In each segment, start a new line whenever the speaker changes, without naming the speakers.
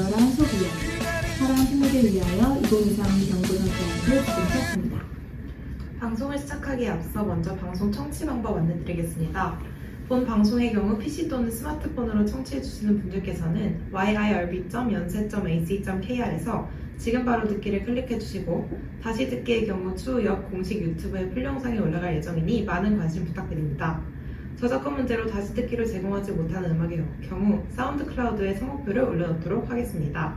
이야기 사랑 생물을 위하여 2023 연구선생님을 진행했습니다.
방송을 시작하기에 앞서 먼저 방송 청취 방법 안내드리겠습니다. 본 방송의 경우 PC 또는 스마트폰으로 청취해주시는 분들께서는 yirb.연세.ac.kr에서 지금 바로 듣기를 클릭해주시고 다시 듣기의 경우 추후 옆 공식 유튜브에 풀 영상이 올라갈 예정이니 많은 관심 부탁드립니다. 저작권 문제로 다시 듣기를 제공하지 못하는 음악의 경우 사운드 클라우드에 성목표를 올려놓도록 하겠습니다.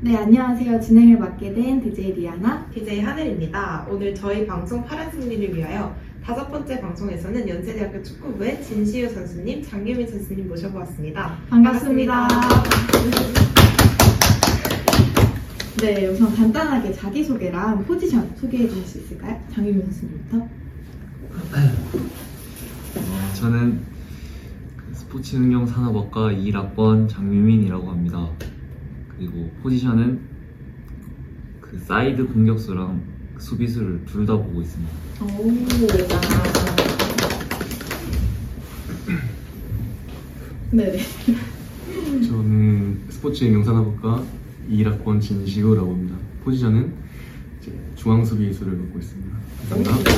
네, 안녕하세요. 진행을 맡게 된 DJ 리아나.
DJ 하늘입니다. 오늘 저희 방송 파란 승리를 위하여 다섯 번째 방송에서는 연세대학교 축구부의 진시우 선수님, 장유민 선수님 모셔보았습니다.
네, 우선 간단하게 자기소개랑 포지션 소개해 주실 수 있을까요? 장유민 선수님부터.
어, 저는 스포츠응용산업학과 2학번 장유민이라고 합니다. 그리고 포지션은 그 사이드 공격수랑 수비수를 둘 다 보고 있습니다.
오, 네, 네네.
저는 스포츠 영상학과 2학번 진시우라고 합니다. 포지션은 이제 중앙수비수를 맡고 있습니다. 감사합니다.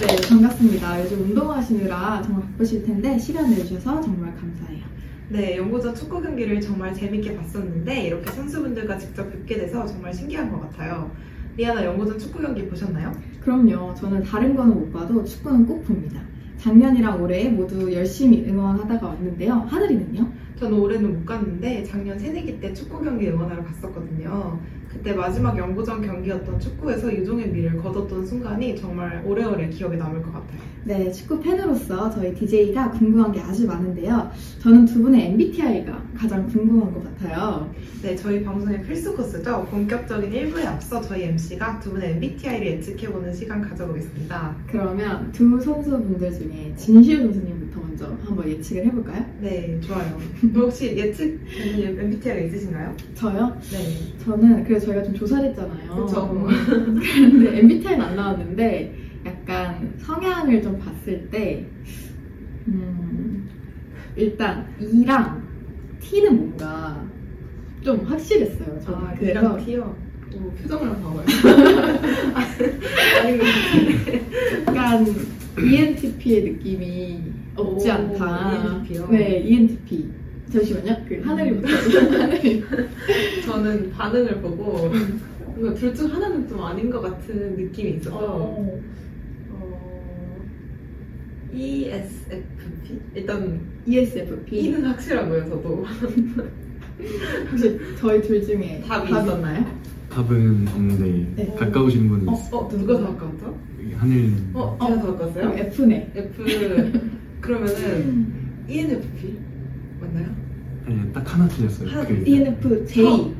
네, 반갑습니다. 요즘 운동하시느라 정말 바쁘실 텐데 시간 내주셔서 정말 감사해요.
네, 연고전 축구 경기를 정말 재밌게 봤었는데 이렇게 선수분들과 직접 뵙게 돼서 정말 신기한 것 같아요. 리아나 연고전 축구 경기 보셨나요?
그럼요. 저는 다른 거는 못 봐도 축구는 꼭 봅니다. 작년이랑 올해 모두 열심히 응원하다가 왔는데요. 하늘이는요?
저는 올해는 못 갔는데 작년 새내기 때 축구 경기 응원하러 갔었거든요. 그때 마지막 연고전 경기였던 축구에서 유종의 미를 거뒀던 순간이 정말 오래오래 기억에 남을 것 같아요.
네, 축구 팬으로서 저희 DJ가 궁금한 게 아주 많은데요. 저는 두 분의 MBTI가 가장 궁금한 것 같아요.
네, 저희 방송의 필수 코스죠. 본격적인 1부에 앞서 저희 MC가 두 분의 MBTI를 예측해보는 시간 가져보겠습니다.
그러면 두 선수분들 중에 진시우 선수님부터 먼저 한번 예측을 해볼까요?
네, 좋아요. 혹시 예측 MBTI가 있으신가요?
저요?
네.
저는 그래서 저희가 좀 조사를 했잖아요.
그쵸.
근데 MBTI는 안 나왔는데 약간 성향을 좀 봤을 때 음, 일단 E랑 T는 뭔가 좀 확실했어요. 저는.
아,
그래서
그래서 티어. 오, 표정을 한번 봐봐요. 아닌 것
약간 E ENTP의 느낌이 없지
오, E
않다.
ENTP 요? 음.
네, ENTP. 잠시만요. 그 하늘이부터. 하늘이.
저는 반응을 보고 뭔가 둘 중 하나는 좀 아닌 것 같은 느낌이 있어서
어,
어, E ESFP? 일단
E ESFP.
E는 확실하고요, 저도.
혹시 저희 둘 중에
답이 있었나요?
답은 없는데
네.
가까우신 분은
어, 어 누가 더 가까웠죠?
하늘님.
어,
어.
제가 더 가까웠어요?
F네.
F 그러면은
음.
E ENFP 맞나요?
아니, 딱 하나 틀렸어요.
하나 E
그게
ENFJ.
처음.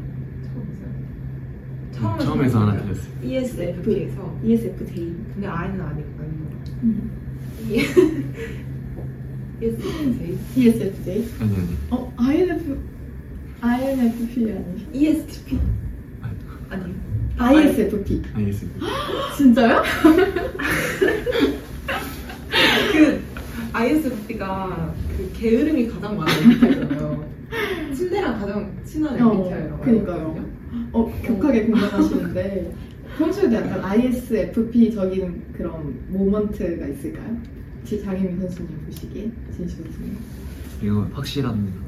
처음이죠. 처음에서 E
처음에서 하나
봤어요.
틀렸어요.
ESFP에서
E ESFJ.
근데 I는 아니고 아니고
음.
E ESFJ
ESFJ.
아니 아니.
어, INF, INFP 아니에요?
E ESTP 아니
ISFP.
알겠습니다.
진짜요?
그 ISFP가 그 게으름이 가장 많은 MBTI잖아요. 침대랑 가장 친한
어,
MBTI라고
그니까요. 어, 격하게 공감하시는데. 평소에도 약간 ISFP 적인 그런 모먼트가 있을까요? 지 장혜민 선수님 보시기에, 진시 선수님.
이거 확실합니다.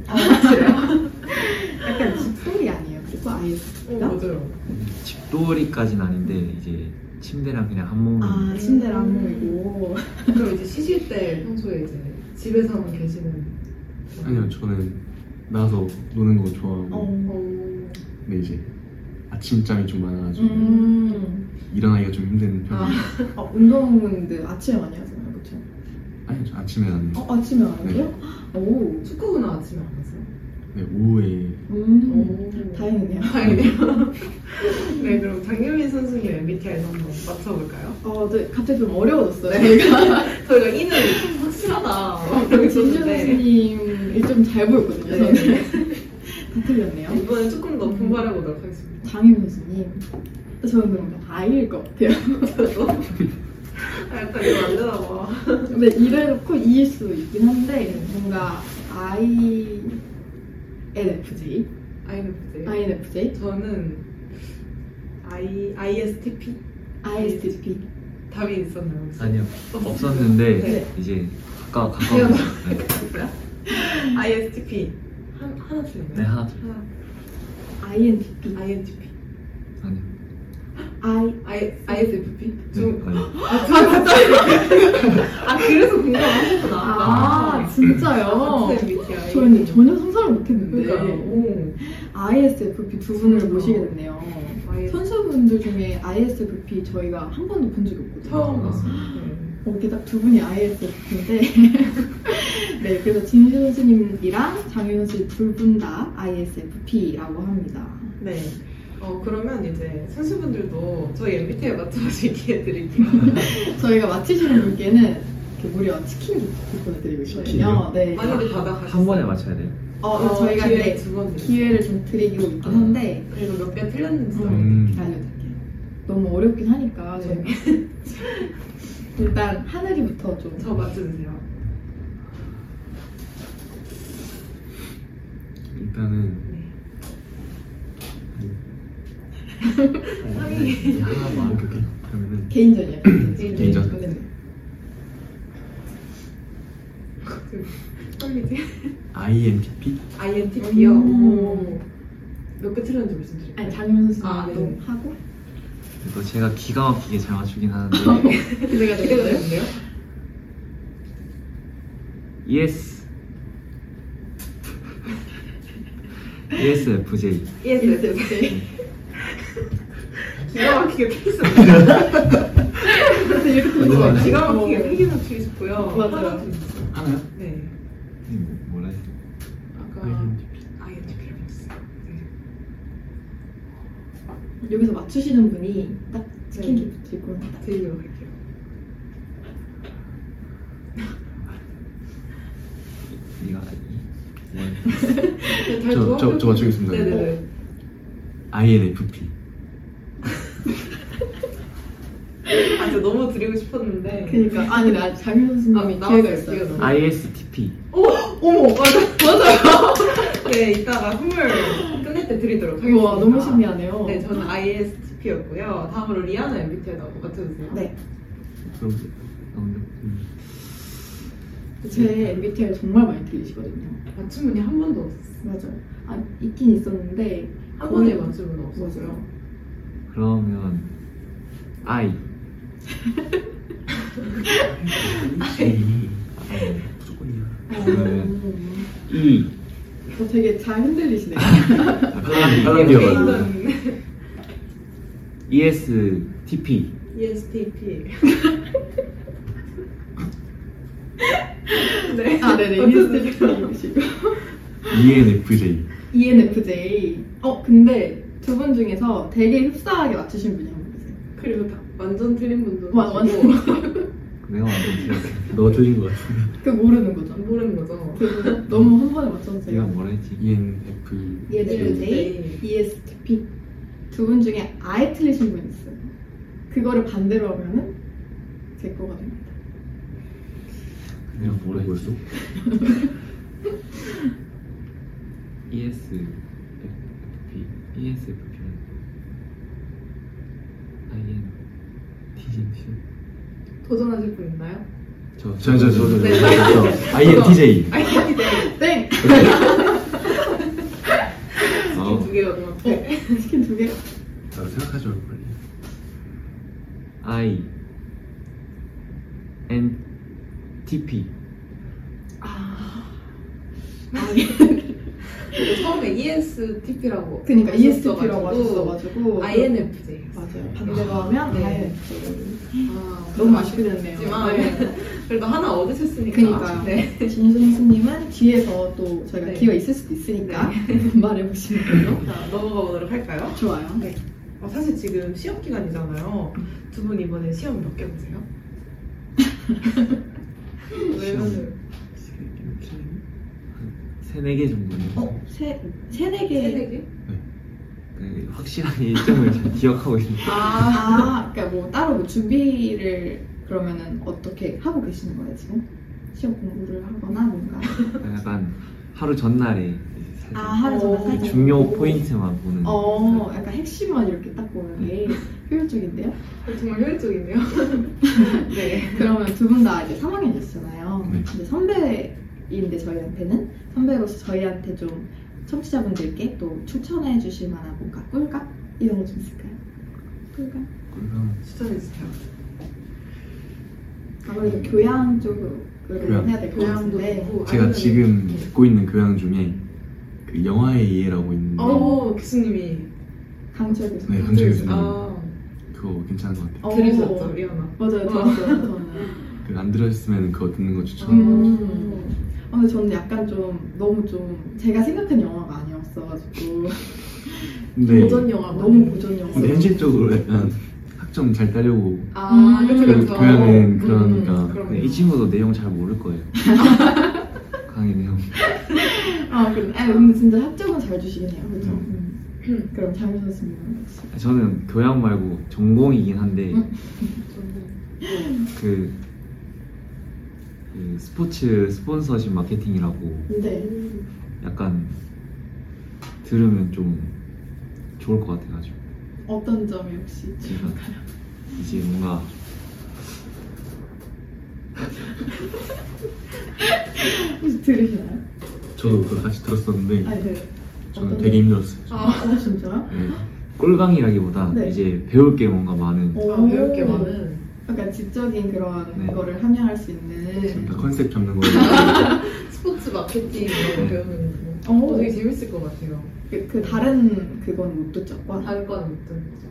약간 집돌이 아니에요? 그리고 IS.
어, 맞아요.
집돌이까지는 아닌데 이제 침대랑 그냥 한 몸.
아, 침대랑 모이고.
그럼 이제 쉬실 때 평소에 이제 집에서만 계시는
아니요, 저는 나와서 노는 거 좋아하고
어.
어,
근데 이제 아침잠이 좀 많아가지고
음.
일어나기가 좀 힘든
아,
편이에요.
어, 운동은 아침에 많이 하잖아요, 그쵸?
아. 니요 아침에 안 해요.
어, 아침에 안 해요? 오.
축구는 아침에 안 하세요?
네, 오후에
음.
오.
다행이네요.
다행이네요. 네, 그럼 장유민 선수님 MBTI에서 한번 맞춰볼까요?
어, 네, 갑자기 좀 어려워졌어요. 저희가
저희가 이는 확실하다.
그리고 네, 진주 선수님이 좀 잘 보였거든요.
그렇죠. 네.
저는 다 틀렸네요.
이번엔 조금 더 분발해보도록 하겠습니다.
장윤 선수님, 저는 뭔가 아이일 것 같아요.
저도. 아, 약간 이거 안 되나 봐.
근데 이래놓고 이일 수도 있긴 한데 뭔가 아이 INFJ.
INFJ.
INFJ.
저는 I, ISTP?
ISTP.
답이 있었나요? 혹시?
아니요 없었는데
네.
이제 가까 가까워 네,
없었어요? ISTP. 한, 하나
네
틀렸나요?
하나
하나.
INTP.
INTP.
아니요
I.
I, ISFP?
네,
좀,
아니요
아, 그래서 공감하셨구나.
아, 네. 진짜요?
MBTI.
저는 전혀 네. 상상을 못했는데
그러니까요. 오.
ISFP 두 분을
그러니까.
모시게 됐네요.
아예
선수분들 중에 ISFP 저희가 한 번도 본 적이 없거든요.
처음
아.
봤어요.
거기 딱 두 분이 ISFP인데 네 그래서 진실 선수님이랑 장윤 씨둘분 다 ISFP라고 합니다.
네. 어, 그러면 이제 선수분들도 저희 MBTI 맞춰보실 기회 드릴게요.
저희가 맞히시는 분께는 이렇게 무려 치킨 기프트 보내드리고 있거든요.
치킨이요?
네.
많이들 받아가셨어요.
한 번에 맞춰야 돼요
어, 저희가
기회
네,
두번 드릴게요.
기회를 좀 드리고 있긴 한데
그리고 몇 개 틀렸는지도
음.
알려드릴게요. 너무 어렵긴 하니까
네.
저희가 일단 하늘이부터 좀
저 맞춰주세요.
일단은
네.
네. 아니 네, 하나만
오케이 오케이 그러면은
개인전이야. 개인전.
개인전.
네.
떨리지?
INTP
INTP요.
음.
몇 개 틀렸는지 말씀드릴게요.
아니 장윤 선수
아, 네.
도 하고
또 제가 기가 막히게 잘 맞추긴 하는데
기대가
기대가 되는데요?
ES ESFJ
예스.
예스. 네.
기가 막히게 틀렸어요.
그래서 이렇게
맞아요.
보면
기가 막히게
어.
틀리긴 맞추고 싶고요.
맞아요.
하나 틀렸어요.
하나요?
네.
뭐라 해야 돼
아까
네.
INTP
INTP라고 했어요. 네.
여기서 맞추시는 분이 딱 치킨
네.
기프트 있고
드리도록 할게요.
네가 이- 뭐야?
네, 잘
저, 저, 저
도와주세요.
맞추겠습니다
네네네.
INFP
아, 저 너무 드리고 싶었는데.
그러니까 아니 나 장윤 선수님이 기회가
아, 나왔어요,
있어요.
기회가.
ISTP
오! 어머! 맞아! 맞아요! 네, 이따가 선물 끝낼 때 드리도록 하겠습니다.
우와 너무 신기하네요.
네, 저는 ISTP였고요. 다음으로 리아나 MBTI 나오고 맞춰주세요.
네.
그럼
나오는데
음,
제 MBTI 정말 많이 틀리시거든요.
맞춘 분이 한 번도 없었어요.
맞아요. 아 있긴 있었는데
한
거의-
번에 맞춘 분 없었어요.
그러면 I
A
I,
무조건이야
음,
E
저 되게 잘 흔들리시네요.
사람이요.
개인전
ESTP
E ESTP. 네.
아 네네 ESTP이시고
ENFJ
E ENFJ. 어 근데 두 분 중에서 되게 흡사하게 맞추신 분이 한 분 계세요.
그리고 다 완전 틀린 분도
와, 완전
내가 완전 틀렸어
너 틀린 것 같은데
그 모르는 거죠.
모르는 거죠.
그래서 너무 한 번에 맞춰주세요.
네가 뭐라 네, 했지? E
ENF
E
ENFJ, ESTP 두 분 중에 아예 틀리신 분 있어요. 그거를 반대로 하면은 제 거가 됩니다.
내가 뭐라
뭐였어?
했지? E ESFP ESFP IN
TJ
도전하실 분 있나요?
저, 저, 저, 저, 저,
네.
저, INTJ.
아니, 아니, 네.
땡!
아.
이두 개가 좀 앞에.
어, 치킨 두 개.
자, 생각하죠, 빨리.
I N T P
아,
처음에 E ESTP라고
그러니까 ESTP라고 하셨어가지고 그
INFJ
맞아요. 반대로 하면
네.
INFJ.
아,
너무 아쉽게 됐네요. 아,
하지만 그래도 하나 얻으셨으니까
그니까요.
네.
진수 선수님은 뒤에서 또 저희가
네.
기회가 있을 수도 있으니까 말해보시는 걸로.
자, 넘어가 보도록 할까요?
네. 좋아요.
네. 어, 사실 지금 시험 기간이잖아요 두 분 이번에 시험 몇 개 보세요? 왜냐면
세네 개 정도는
어, 세, 세네 개.
세네 개?
그 확실하게 일정을 잘 기억하고 있는
아
아, 그러니까 뭐 따로 뭐 준비를 그러면은 어떻게 하고 계시는 거예요 지금? 시험 공부를 하거나 뭔가
약간 하루 전날에 이제
아,
살짝
하루 전에
어,
살짝.
중요
보고.
포인트만 보는
어, 약간 핵심만 이렇게 딱 보는 게 효율적인데요.
정말 효율적이네요. 네.
그러면 두 분 다 이제 3학년이셨잖아요.
네.
이제 선배인데 저희한테는 선배로서 저희한테 좀 청취자분들께 또 추천해 주실 만한 뭔가 꿀값 이런 거 좀 있을까요? 꿀값?
꿀강
추천해주세요.
음.
아무래도 교양 쪽으로
교양.
해야 될 것
네, 교양도
같은데
있고
제가 지금 듣고 있는 교양 중에 그 영화의 이해라고 있는데
어 교수님이
강철 교수
네, 강철 교수님.
아
그거 괜찮은 것 같아요.
어,
들으셨죠 리아나?
맞아요 들었어요 저는
그 안 들었으면 그거 듣는 거 추천.
음. 아, 근데 저는 약간 좀 너무 좀 제가 생각한 영화가 아니었어가지고 아,
근데,
고전 아, 영화
너무 고전 영화
근데 현실적으로 약간 학점 잘 따려고
아
음.
그쵸
그
그쵸.
교양은 그러니까
음, 그럼요.
근데 이 친구도 내용 잘 모를 거예요. 강의 내용.
아 그래 아
음.
근데 진짜 학점은 잘 주시긴 해요 그죠?
음.
음. 그럼 장윤 선수님은 혹시
저는 교양 말고 전공이긴 한데
음.
그, 그 스포츠 스폰서십 마케팅이라고
네
약간 들으면 좀 좋을 것 같아가지고
어떤 점이 혹시
제가 이제 뭔가
혹시 들으시나요?
저도 그거 같이 들었었는데
아니 네
저는
어떤-
되게 힘들었어요.
아 진짜요?
네.
꿀강이라기보다
네.
이제 배울 게 뭔가 많은
오.
아 배울 게 많은
약간 지적인 그런
네.
거를 함양할 수 있는
그러니까 컨셉 잡는 거.
스포츠 마케팅 이런 거 배우는 거.
오.
어, 되게 재밌을 것 같아요.
그, 그 다른 그건 못 듣죠? 아, 와.
안건 어떤 거죠?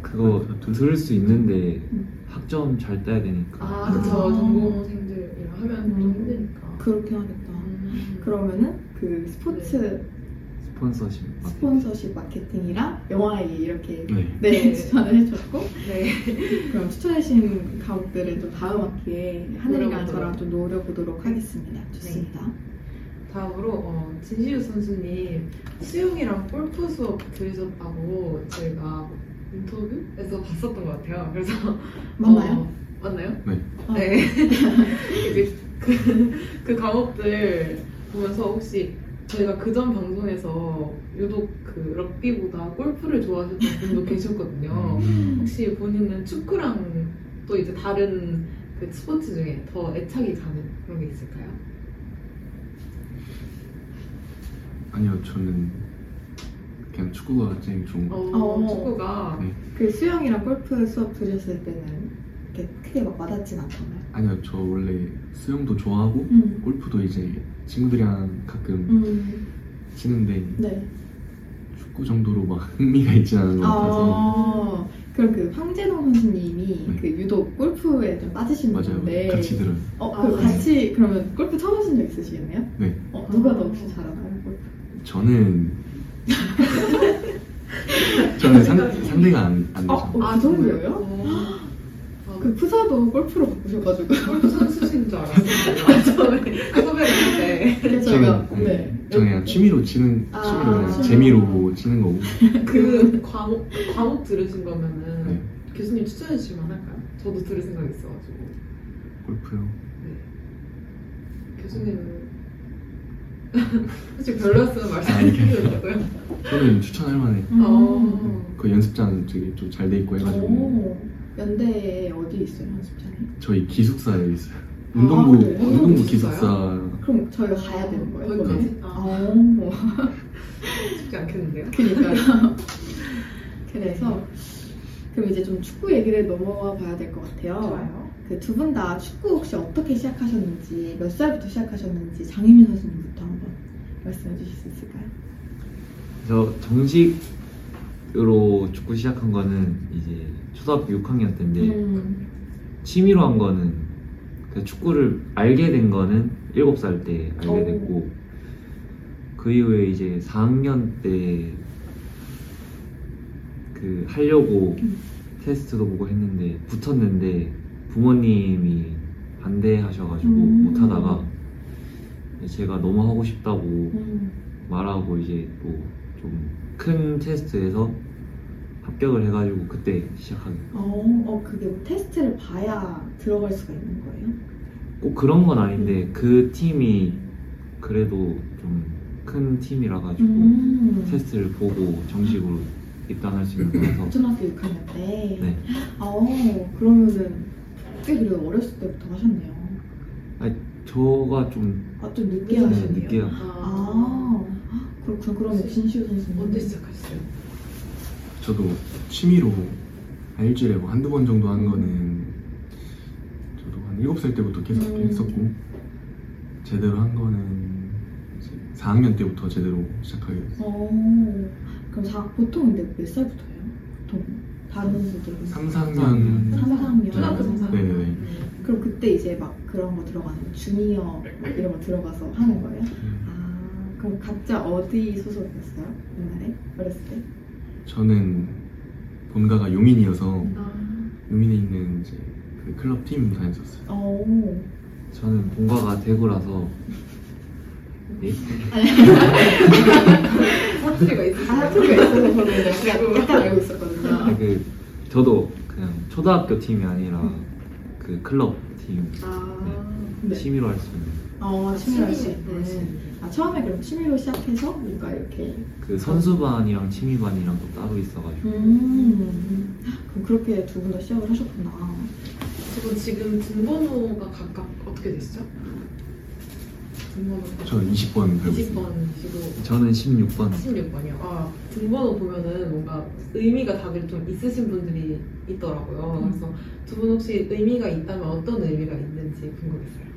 그거 들을 수 있는데
음.
학점 잘 따야 되니까
아 그쵸
아.
전공생들이랑 하면 좀
음.
힘드니까.
그렇게 하겠다 그러면은 그 스포츠
스폰서십 마케팅.
스폰서십 마케팅이랑 영화에 이렇게
네.
네,
네.
추천을 해줬고
네.
그럼 추천해주신 과목들은 좀 다음 학기에 하늘이랑
노려보도록.
저랑 좀 노려보도록 하겠습니다 좋습니다
다음으로 어, 진시우 선수님 수영이랑 골프 수업 들으셨다고 제가 인터뷰에서 봤었던 것 같아요. 그래서
맞나요?
어, 맞나요?
네.
아.
네.
네.
그, 그 과목들 보면서 혹시 저희가 그전 방송에서 유독 그 럭비보다 골프를 좋아하셨던 분도 계셨거든요.
음.
혹시 본인은 축구랑 또 이제 다른 그 스포츠 중에 더 애착이 가는 그런 게 있을까요?
아니요, 저는 그냥 축구가 제일 좋은
어,
것 같아요.
어.
축구가
그 수영이랑 골프 수업 들으셨을 때는 이렇게 크게 막 와닿진 않던가요?
아니요, 저 원래 수영도 좋아하고
음.
골프도 이제 친구들이랑 가끔
음.
치는데
네.
축구 정도로 막 흥미가 있지 않은 것 같아서
아, 그럼 그 황재동 선수님이
네.
그 유독 골프에 좀 빠지신
맞아요,
분인데
같이 들어요.
어, 그럼
아,
같이 그러면 골프 쳐보신 적 있으시겠네요?
네.
어, 누가 더 혹시 잘하나요? 골프?
저는 저는 상, 상대가 안, 안
어?
되죠.
어? 그 정도예요?
아, 어. 어,
그 푸사도 골프로 바꾸셔가지고
아, 골프 선수신 줄
그
알았어요. 아, 그 처음에 소개를 했는데
그래서 저희가
저는
네.
네, 저는 그냥 취미로 치는
아,
취미로 그냥
취미로.
재미로 치는 거고
그 과목 과목 들으신 거면은
네.
교수님 추천해 주실 만할까요? 저도 들을 생각 이 있어가지고
골프요.
교수님은 혹시 별로였으면 말씀해
아니,
주셔도 되고요.
저는 추천할 만해.
음.
어.
그 연습장 되게 좀 잘 돼 있고 해가지고
오, 연대에 어디 있어요 연습장이?
저희 기숙사에 있어요. 아, 운동부
그래요?
운동부
운동부
기숙사
그럼 저희가 가야 되는 거예요?
거기까지?
그러면?
아.
어,
쉽지 않겠는데요?
그니까요. 그래서 그럼 이제 좀 축구 얘기를 넘어가 봐야 될 것 같아요. 그 두 분 다 축구 혹시 어떻게 시작하셨는지 몇 살부터 시작하셨는지 장희민 선수님부터 한번 말씀해 주실 수 있을까요?
저 정식으로 축구 시작한 거는 이제 초등학교 6학년 때인데
음.
취미로 한 거는 그 축구를 알게 된 거는 7살 때 알게
오.
됐고 그 이후에 이제 4학년 때 그 하려고
음.
테스트도 보고 했는데 붙었는데 부모님이 반대하셔가지고
음.
못 하다가 제가 너무 하고 싶다고
음.
말하고 이제 또 좀 큰 테스트에서 합격을 해가지고 그때 시작하게
어, 어, 그게 뭐 테스트를 봐야 들어갈 수가 있는 거예요? 음.
꼭 그런 건 아닌데 그 팀이 그래도 좀 큰 팀이라 가지고
음.
테스트를 보고 정식으로 입단할 수 있는 거라서
초등학교 6학년 때.
네.
아, 그러면은 꽤 그래도 어렸을 때부터 하셨네요.
저가 좀
아, 좀 늦게
네,
하셨네요.
늦게
아,
아, 그렇군. 그러면 진시우 선수는
언제 시작하셨어요?
저도 취미로 한 일주일에 뭐 한두 번 정도 한 거는 저도 한 일곱 살 때부터 계속
음.
했었고 제대로 한 거는 이제 4학년 때부터 제대로 시작하게 됐어요.
어, 그럼 사, 보통 근데 몇 살부터예요? 보통 다른 선수들은
3, 4학년
삼, 사학년.
초등학교 3, 4학년.
네네.
그럼 그때 이제 막 그런 거 들어가는 주니어 막 이런 거 들어가서 하는 거예요? 아, 그럼 각자 어디 소속이었어요? 옛날에 어렸을 때?
저는 본가가 용인이어서
아,
용인에 있는 이제 그 클럽 팀 다녔었어요.
어,
저는 본가가 대구라서 예?
사투리가 있으시죠?
아, 학교가 있어서 저는 약간 약간 알고 있었거든요.
아니, 그 저도 그냥 초등학교 팀이 아니라 그 클럽 팀
아,
네.
취미로 할 수 있는
어, 취미로 할수 있는.
네.
아, 처음에 그럼 취미로 시작해서 뭔가 이렇게.
그 선수반이랑 취미반이랑 또 따로 있어가지고
음, 그럼 그렇게 두 분 다 시작을 하셨구나. 아,
그리고 지금 등번호가 각각 어떻게 되시죠? 등번호
저 20번 배고 있습니다.
20번이시고
저는 16번
16번이요. 아, 등번호 보면은 뭔가 의미가 다들 좀 있으신 분들이 있더라고요.
음.
그래서 두 분 혹시 의미가 있다면 어떤 의미가 있는지 궁금했어요.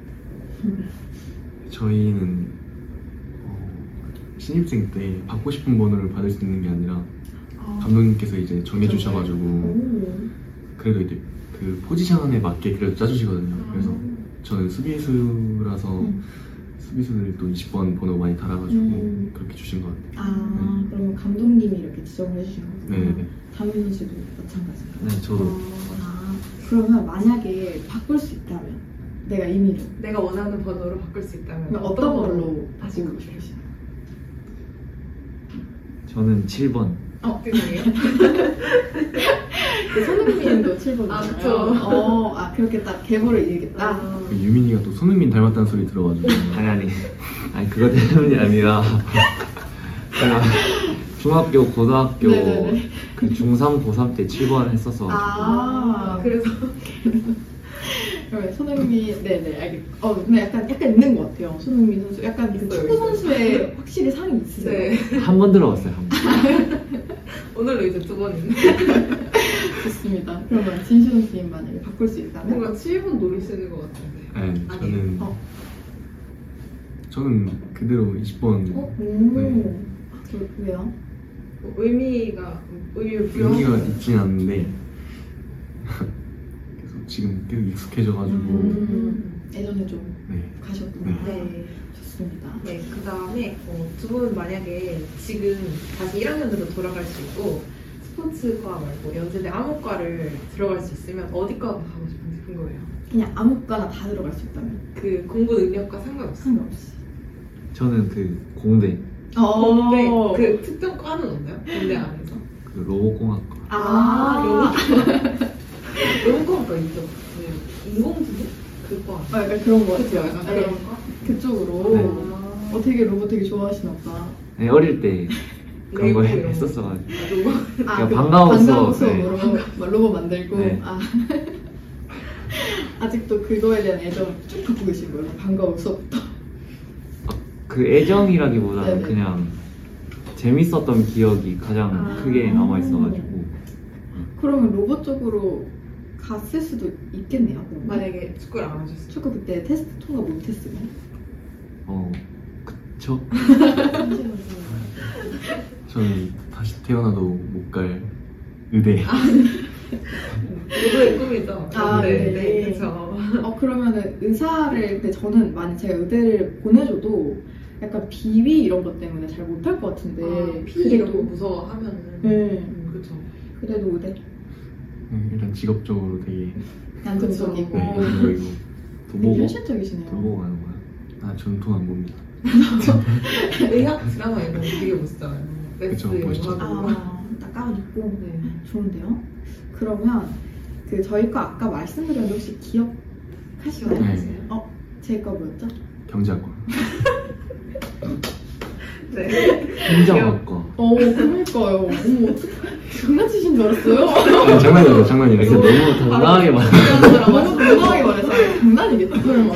저희는 어, 신입생 때 받고 싶은 번호를 받을 수 있는 게 아니라
아,
감독님께서 이제
음.
정해주셔가지고
오.
그래도 이제 그 포지션에 맞게 그래도 짜주시거든요. 아, 그래서 저는 수비수라서
음.
수비수들 또 20번 번호 많이 달아가지고
음.
그렇게 주신 것 같아요.
아, 그러면 감독님이 이렇게 지정을 해주신 거구나.
네.
담임 씨도 마찬가지예요.
네 저도
아, 그러면 만약에 바꿀 수 있다면 내가 임의로
내가 원하는 번호로 바꿀 수 있다면
그럼 어떤 걸로
다시
바꾸고
바꾸고
싶으세요?
싶으시나요?
저는 7번
어, 죄송해요. 그
손흥민도 7번이에요.
아, 그쵸.
어, 아 그렇게 딱 계보를 이기겠다.
아,
그 유민이가 또 손흥민 닮았다는 소리 들어가지고
아니 아니 아니 그거 때문이 아니라 제가 중학교 고등학교
네네네.
그 중3 고3 때 7번 했었어
아, 그래.
그래서
그러면 손흥민, 네네, 알겠어. 어, 근데 약간, 약간 있는 것 같아요. 손흥민 선수. 약간 그
있어요,
축구
있어요.
선수의 확실히 상이 있으세요.
네.
한 번 들어봤어요 한번
오늘로 이제 두 번인데
좋습니다. 그러면 진시 선수님 만약에 바꿀 수 있다면?
뭔가 7분 노리시는 것 같은데.
네, 저는
어.
저는 그대로 20번
어? 오. 아,
네.
저, 왜요?
뭐 의미가 의미를 부여하는
의미가 있진 않은데 계속 지금 계속 익숙해져가지고
음. 예전에 좀
네.
가셨구나.
네.
좋습니다.
네, 그 다음에 두 분 만약에 지금 다시 1학년으로 돌아갈 수 있고 스포츠과 말고 연세대 암호과를 들어갈 수 있으면 어디과 가고 싶은지 궁금해요.
그냥 아무거나 다 들어갈 수 있다면?
그 공부 능력과 상관없이.
상관없이.
저는 그 공대
근데
어.
그 특정 과는 없나요? 군대 안에서?
그 로봇공학과
아,
로봇과. 로봇과가 있죠. 그 인공지능? 그과.
아, 약간 그런 거
그렇죠,
같아요.
약간
네.
그런 과.
그쪽으로.
네.
어, 되게 로봇 되게 좋아하시나 보다.
네, 어릴 때 그런 거
레이블 이런 거.
했었어가지고
로봇.
아,
그냥 그러니까 반가워서,
으로 로봇 만들고.
네.
아. 아직도 그거에 대한 애정 쭉 갖고 계신 거예요. 반가운 수업부터.
그 애정이라기보다는
네네.
그냥 재밌었던 기억이 가장
아.
크게 남아있어가지고
그러면 로봇 쪽으로 갔을 수도 있겠네요. 그러면.
만약에 축구를 안 하셨어요.
축구 그때 테스트 통과 못했으면.
어 그쵸?
저는 다시 태어나도 못 갈 의대
로봇의 꿈이죠.
네. 아,
네,
네.
네, 그렇죠.
어, 그러면은 의사를, 근데 저는 만약 제가 의대를 보내줘도 약간 비위 이런 것 때문에 잘 못할 것 같은데.
네, 피 이런 거
그래도,
무서워하면은.
네.
음, 그렇죠.
그래도 의대
음, 일단 직업적으로 되게
안정적이고.
네, 이런 거이고 뭐
되게
도보고?
현실적이시네요.
도보고 가는 거야?
아 전통 안 봅니다
의학 드라마 이런 거 되게 멋있잖아요.
그쵸,
넷플릭스
멋있죠.
영화도.
아, 딱 가운 입고.
네.
좋은데요? 그러면 그 저희 거 아까 말씀드렸는데 혹시 어, 기억하시나요?
네.
제 거 뭐였죠?
경제학과
네.
행정학과.
어, 그러니까요. 어머, 장난치신 줄 알았어요.
아니, 네, 장난이에요, 장난이에요.
그래서
아,
너무
네.
당당하게 말.
그 너무 당당하게 말해서 장난이겠다. 설마.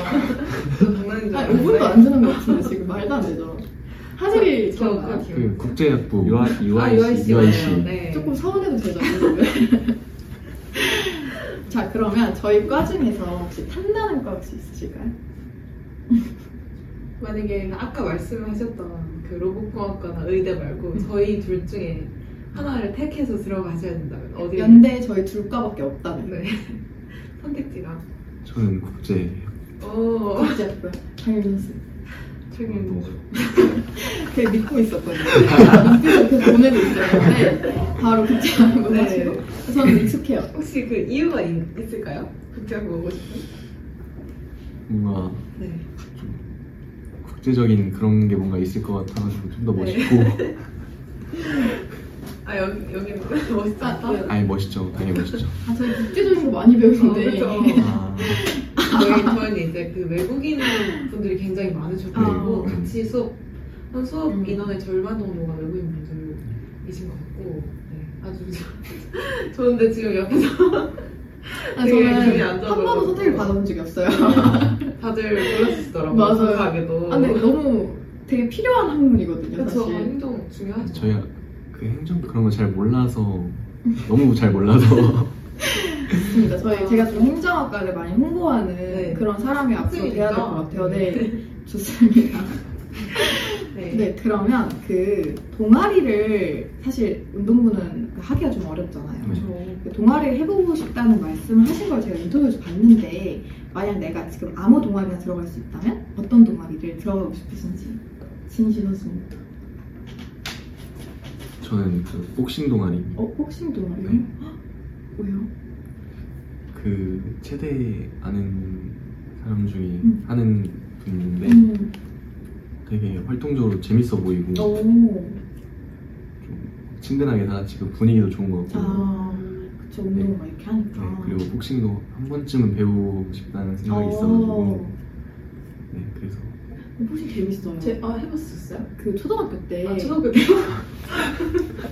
장난이죠.
한 5분도 안 지난 것 같은데 지금 말도 안 되죠. 네. 하늘이 저
그 국제학부
그 유아
아,
유아
UIC.
씨.
맞아요. 네.
조금 서운해도 네. 되죠. 지금? 자, 그러면 저희 과 중에서 혹시 탐나는 과 혹시 있으실까요?
만약에 아까 말씀하셨던 그 로봇공학과나 의대 말고 저희 둘 중에 하나를 택해서 들어가셔야 된다면 어디
연대 저희 둘 과밖에 없다는.
네. 선택지가
저는 국제
오
어찌 할까요? 장윤 씨.
저기
되게 믿고 있었거든요. 눈빛을 계속 보내고 있었는데 바로 그냥
네.
넘어지고 저는 익숙해요.
혹시 그 이유가 있, 을까요 국제학부 오고 싶은?
뭔가
네.
국제적인 그런 게 뭔가 있을 것 같아가지고 좀 더
네.
멋있고
네. 아 여기 여기 어, 멋있지 않다.
아, 네.
아니 멋있죠 당연히 멋있죠
아, 저희 국제적인 거 많이 배우는데
어, 그쵸.
아,
저희 저희는 이제 그 외국인 분들이 굉장히 많으셔가지고 음.
네.
같이 수업 한 수업
아. 음.
인원의 절반 정도가 외국인 분들이신 것 같고 네, 아주 좋은데 지금 옆에서
아,
되게 기분이
저는
안
한 번도
좋아가지고.
선택을 받아본 적이 없어요.
다들 불러주시더라고요.
맞아요.
감사하게도.
아, 근데 너무 되게 필요한 학문이거든요,
그렇죠.
사실.
행동 중요하죠.
저희가 그 행정 그런 거 잘 몰라서 너무 잘 몰라서
맞습니다. 그러니까 저희 제가 좀 행정학과를 많이 홍보하는
아. 네.
그런 사람이 앞으로 돼야 될 것
학생이니까.
같아요. 네, 좋습니다.
네.
네, 그러면 그 동아리를 사실 운동부는 하기가 좀 어렵잖아요.
네.
저-
그 동아리를 해보고 싶다는 말씀을 하신 걸 제가 인터뷰에서 봤는데 만약 내가 지금 아무 동아리나 들어갈 수 있다면 어떤 동아리를 들어가고 싶으신지 진신 선수님
저는 그 복싱 동아리
어? 복싱 동아리요?
네.
헉, 왜요?
그 최대 아는 사람 중에
음.
하는 분인데
음,
되게 활동적으로 재밌어 보이고
오,
친근하게 다 지금 분위기도 좋은 것 같고
아, 그쵸 운동 막 이렇게 하니까
네, 그리고 복싱도 한 번쯤은 배우고 싶다는 생각이
어.
있어가지고 네 그래서
복싱 재밌어요.
제, 아 해봤었어요?
그 초등학교 때
아 초등학교 때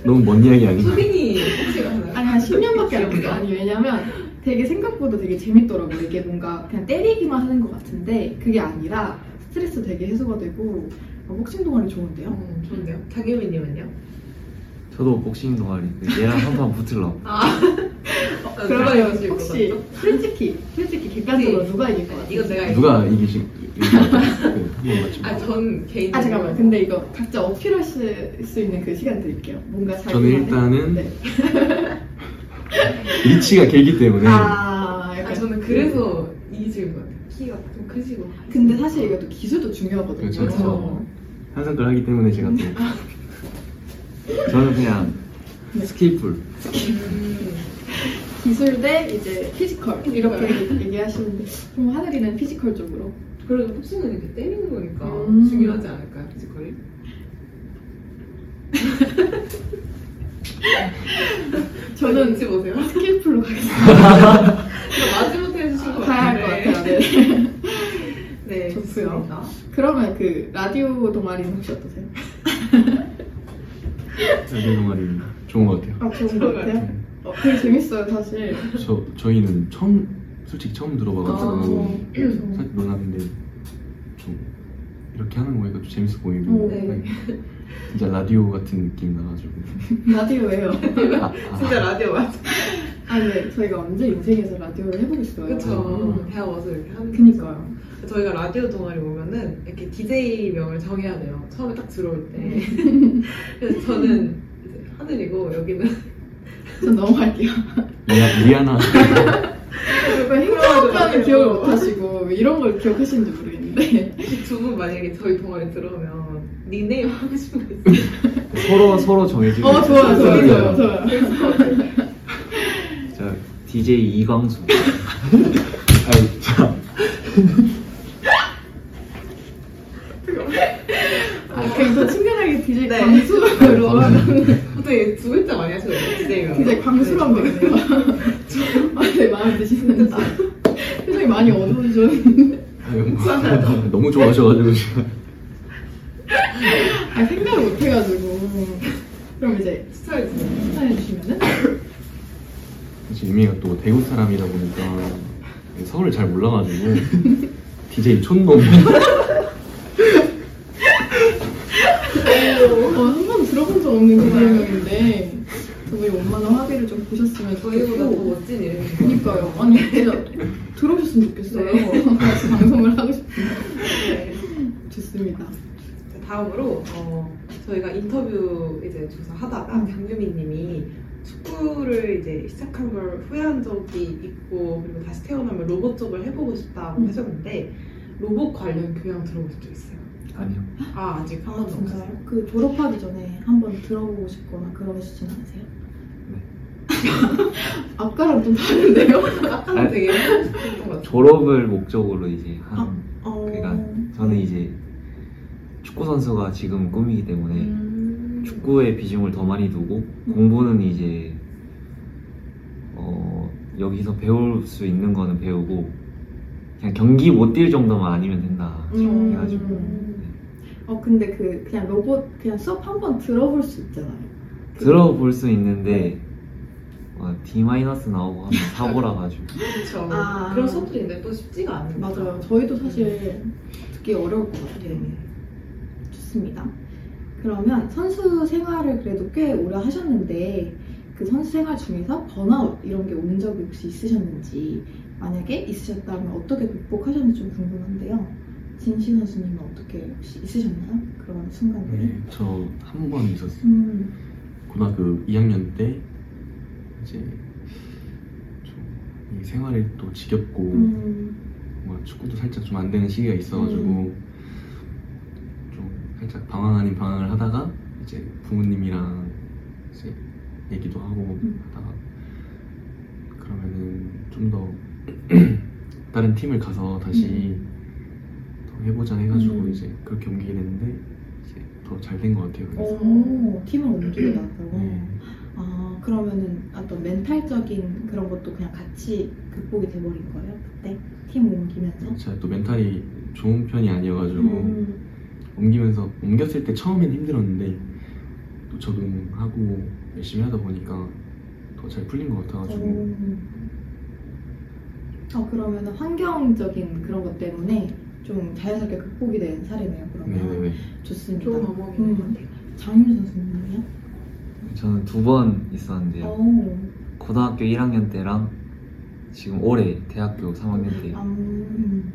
너무 먼 이야기 아닌가?
초딩이 혹시 가나요?
아니 한 10년밖에 안 돼요. 아니 왜냐면 되게 생각보다 되게 재밌더라고요. 이게 뭔가 그냥 때리기만 하는 것 같은데 그게 아니라 스트레스 되게 해소가 되고 어, 복싱 동아리 좋은데요?
어, 좋은데요. 장유민님은요?
저도 복싱 동아리. 그 얘랑 한판 붙으려고.
아
어, 그러면
잘하실 것
혹시
같죠?
솔직히 솔직히 객관적으로 누가 이길 것 같아요?
이건 내가 알죠.
누가 이기실 네, 한번 맞춰
아, 전 개인.
아 잠깐만 근데 이거 각자 어필하실 수 있는 그 시간 드릴게요. 뭔가 자기
저는 일단은
네.
리치가 길기 때문에
아 약간
아, 저는 그래서 이기실 것 같아요. 키가 좀 크시고.
근데 사실 이것도 기술도 중요하거든요.
그렇죠.
어.
한상을 하기 때문에 제가
음.
또
저는 그냥
네.
스킬풀.
음,
기술 대 이제 피지컬 이렇게 얘기하시는데 그럼 하늘이는 피지컬 쪽으로
그래도 복싱은 이렇게 때리는 거니까
음.
중요하지 않을까요, 피지컬이?
저는
눈치 보세요.
스킬풀로 가겠습니다.
네, 이거 마지못해 해주실 것 같아요.
가야 할 것 같아요. 네.
네,
좋고요.
좋습니다.
그러면 그 라디오 동아리는 혹시 어떠세요?
라디오 동아리 좋은 것 같아요.
아 좋은 것 같아요. 어, 되게 재밌어요 사실.
저 저희는 처음 솔직히 처음 들어봐가지고
아,
살짝 놀랐는데 좀 이렇게 하는 거니까 좀 재밌어 보이고
오.
네.
진짜 라디오 같은 느낌 나가지고
라디오예요.
아, 아,
진짜 라디오 맞죠?
아 네, 저희가 언제 인생에서 라디오를 해보겠어요.
아, 음. 그쵸. 대학 와서 이렇게 하는
그니까요.
거죠. 저희가 라디오 동아리 오면은 이렇게 DJ명을 정해야 돼요. 처음에 딱 들어올 때. 음. 그래서 저는 이제 하늘이고 여기는
전 넘어갈게요.
미안, 미안하
약간 행정학과는 기억을 못하시고 이런 걸 기억하시는지 모르겠는데
두 분 만약에 저희 동아리 들어오면 닉네임 하고 싶은 거 있어요?
서로 서로 정해지고.
어 좋아요 좋아요 좋아요 좋아요
자 DJ 이광수.
아니 자
아, 그럼 더 친근하게 DJ
네.
광수로
보통 이두 글자 많이 하시거든요. DJ명.
DJ 광수로 하면 되겠네요 아, 네, 마음에 드시는지 표정이 많이 어두워졌는데
아니, 뭐, 너무 좋아하셔가지고 제가
아, 생각을 못 해가지고. 그럼 이제
스타일 좀.
추천해 주시면은?
사실 유미가 또 대구 사람이다 보니까 서울을 잘 몰라가지고 DJ 촌놈
어, 한 번도 들어본 적 없는 그 유명인데 저희 엄마나 화비를 좀 보셨으면
저희보다 더
좋겠고
멋진 이름이에요.
그니까요 아니 진짜 들어보셨으면 좋겠어요 같이 방송을 하고 싶은데
네.
좋습니다
자, 그 다음으로 어, 저희가 인터뷰 이제 조사하다가 장유미님이 축구를 이제 시작한 걸 후회한 적이 있고 그리고 다시 태어나면 로봇 쪽을 해보고 싶다고
음.
하셨는데 로봇 관련 교양 들어보신 적 있어요?
아니요.
아 아직 한 번도 없어요.
그 졸업하기 전에 한번 들어보고 싶거나 그러시진 않으세요?
네.
아까랑 좀 다른데요?
아까는
아니.
되게 했던 것 같아요.
졸업을 목적으로 이제 하는
어...
그러니까 저는 이제 축구 선수가 지금 꿈이기 때문에
음.
축구에 비중을 더 많이 두고 공부는 이제 어, 여기서 배울 수 있는 거는 배우고 그냥 경기 못 뛸 정도만 아니면 된다
음.
해가지고
어 근데 그 그냥 로봇 그냥 수업 한 번 들어볼 수 있잖아요
들어볼 수 있는데 어, D 마이너스 나오고 하면 사고라 가지고
그렇죠.
아.
그런 수업도 있는데 또 쉽지가 않은
맞아요 저희도 사실 듣기 어려울 것 같아요
네.
좋습니다. 그러면 선수 생활을 그래도 꽤 오래 하셨는데 그 선수 생활 중에서 번아웃 이런 게 온 적이 혹시 있으셨는지 만약에 있으셨다면 어떻게 극복하셨는지 좀 궁금한데요. 진신 선수님은 어떻게 혹시 있으셨나요? 그런 순간들이?
네, 저 한 번 있었어요
음,
고등학교 2학년 때 이제 좀이 생활이 또 지겹고
음,
뭔가 축구도 살짝 좀 안 되는 시기가 있어가지고
음.
좀 살짝 방황 아닌 방황을 하다가 이제 부모님이랑 이제 얘기도 하고
음.
하다가 그러면은 좀 더 다른 팀을 가서 다시 더 해보자 해가지고
음.
이제 그렇게 옮기게 됐는데 이제 더 잘 된 것 같아요. 그래서
오, 음. 어, 팀을 옮기다고.
네.
아, 그러면은 어떤 멘탈적인 그런 것도 그냥 같이 극복이 돼버린 거예요? 그때? 팀 옮기면서?
제가 또 멘탈이 좋은 편이 아니어가지고
음,
옮기면서 옮겼을 때 처음엔 힘들었는데 또 적응하고 열심히 하다 보니까 더 잘 풀린 것 같아가지고
음. 오. 어, 그러면 환경적인 그런 것 때문에 좀 자연스럽게 극복이 된 사례네요. 그러면
네네네
좋습니다.
좋은 방법인
음.
것 같아요.
장윤 선수님이요? 어.
저는 두 번
네.
있었는데요
오,
고등학교 1학년 때랑 지금 올해 대학교 3학년
네.
때
음,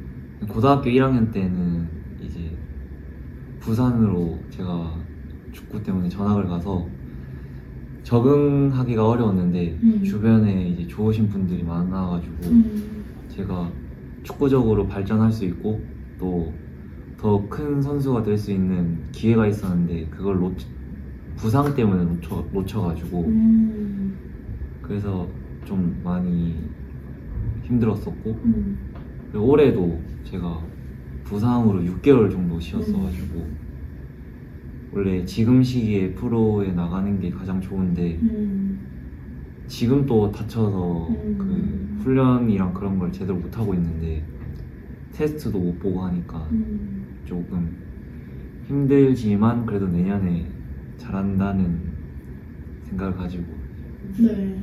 고등학교 1학년 때는 이제 부산으로 제가 축구 때문에 전학을 가서 적응하기가 어려웠는데
음.
주변에 이제 좋으신 분들이 많아가지고
네.
음,
제가 축구적으로 발전할 수 있고 또 더 큰 선수가 될 수 있는 기회가 있었는데 그걸 놓 부상 때문에 놓쳐, 놓쳐가지고
음,
그래서 좀 많이 힘들었었고
음.
그리고 올해도 제가 부상으로 6개월 정도 쉬었어가지고 원래 지금 시기에 프로에 나가는 게 가장 좋은데
음.
지금 또 다쳐서
음.
그 훈련이랑 그런 걸 제대로 못 하고 있는데 테스트도 못 보고 하니까
음.
조금 힘들지만 그래도 내년에 잘한다는 생각을 가지고
네.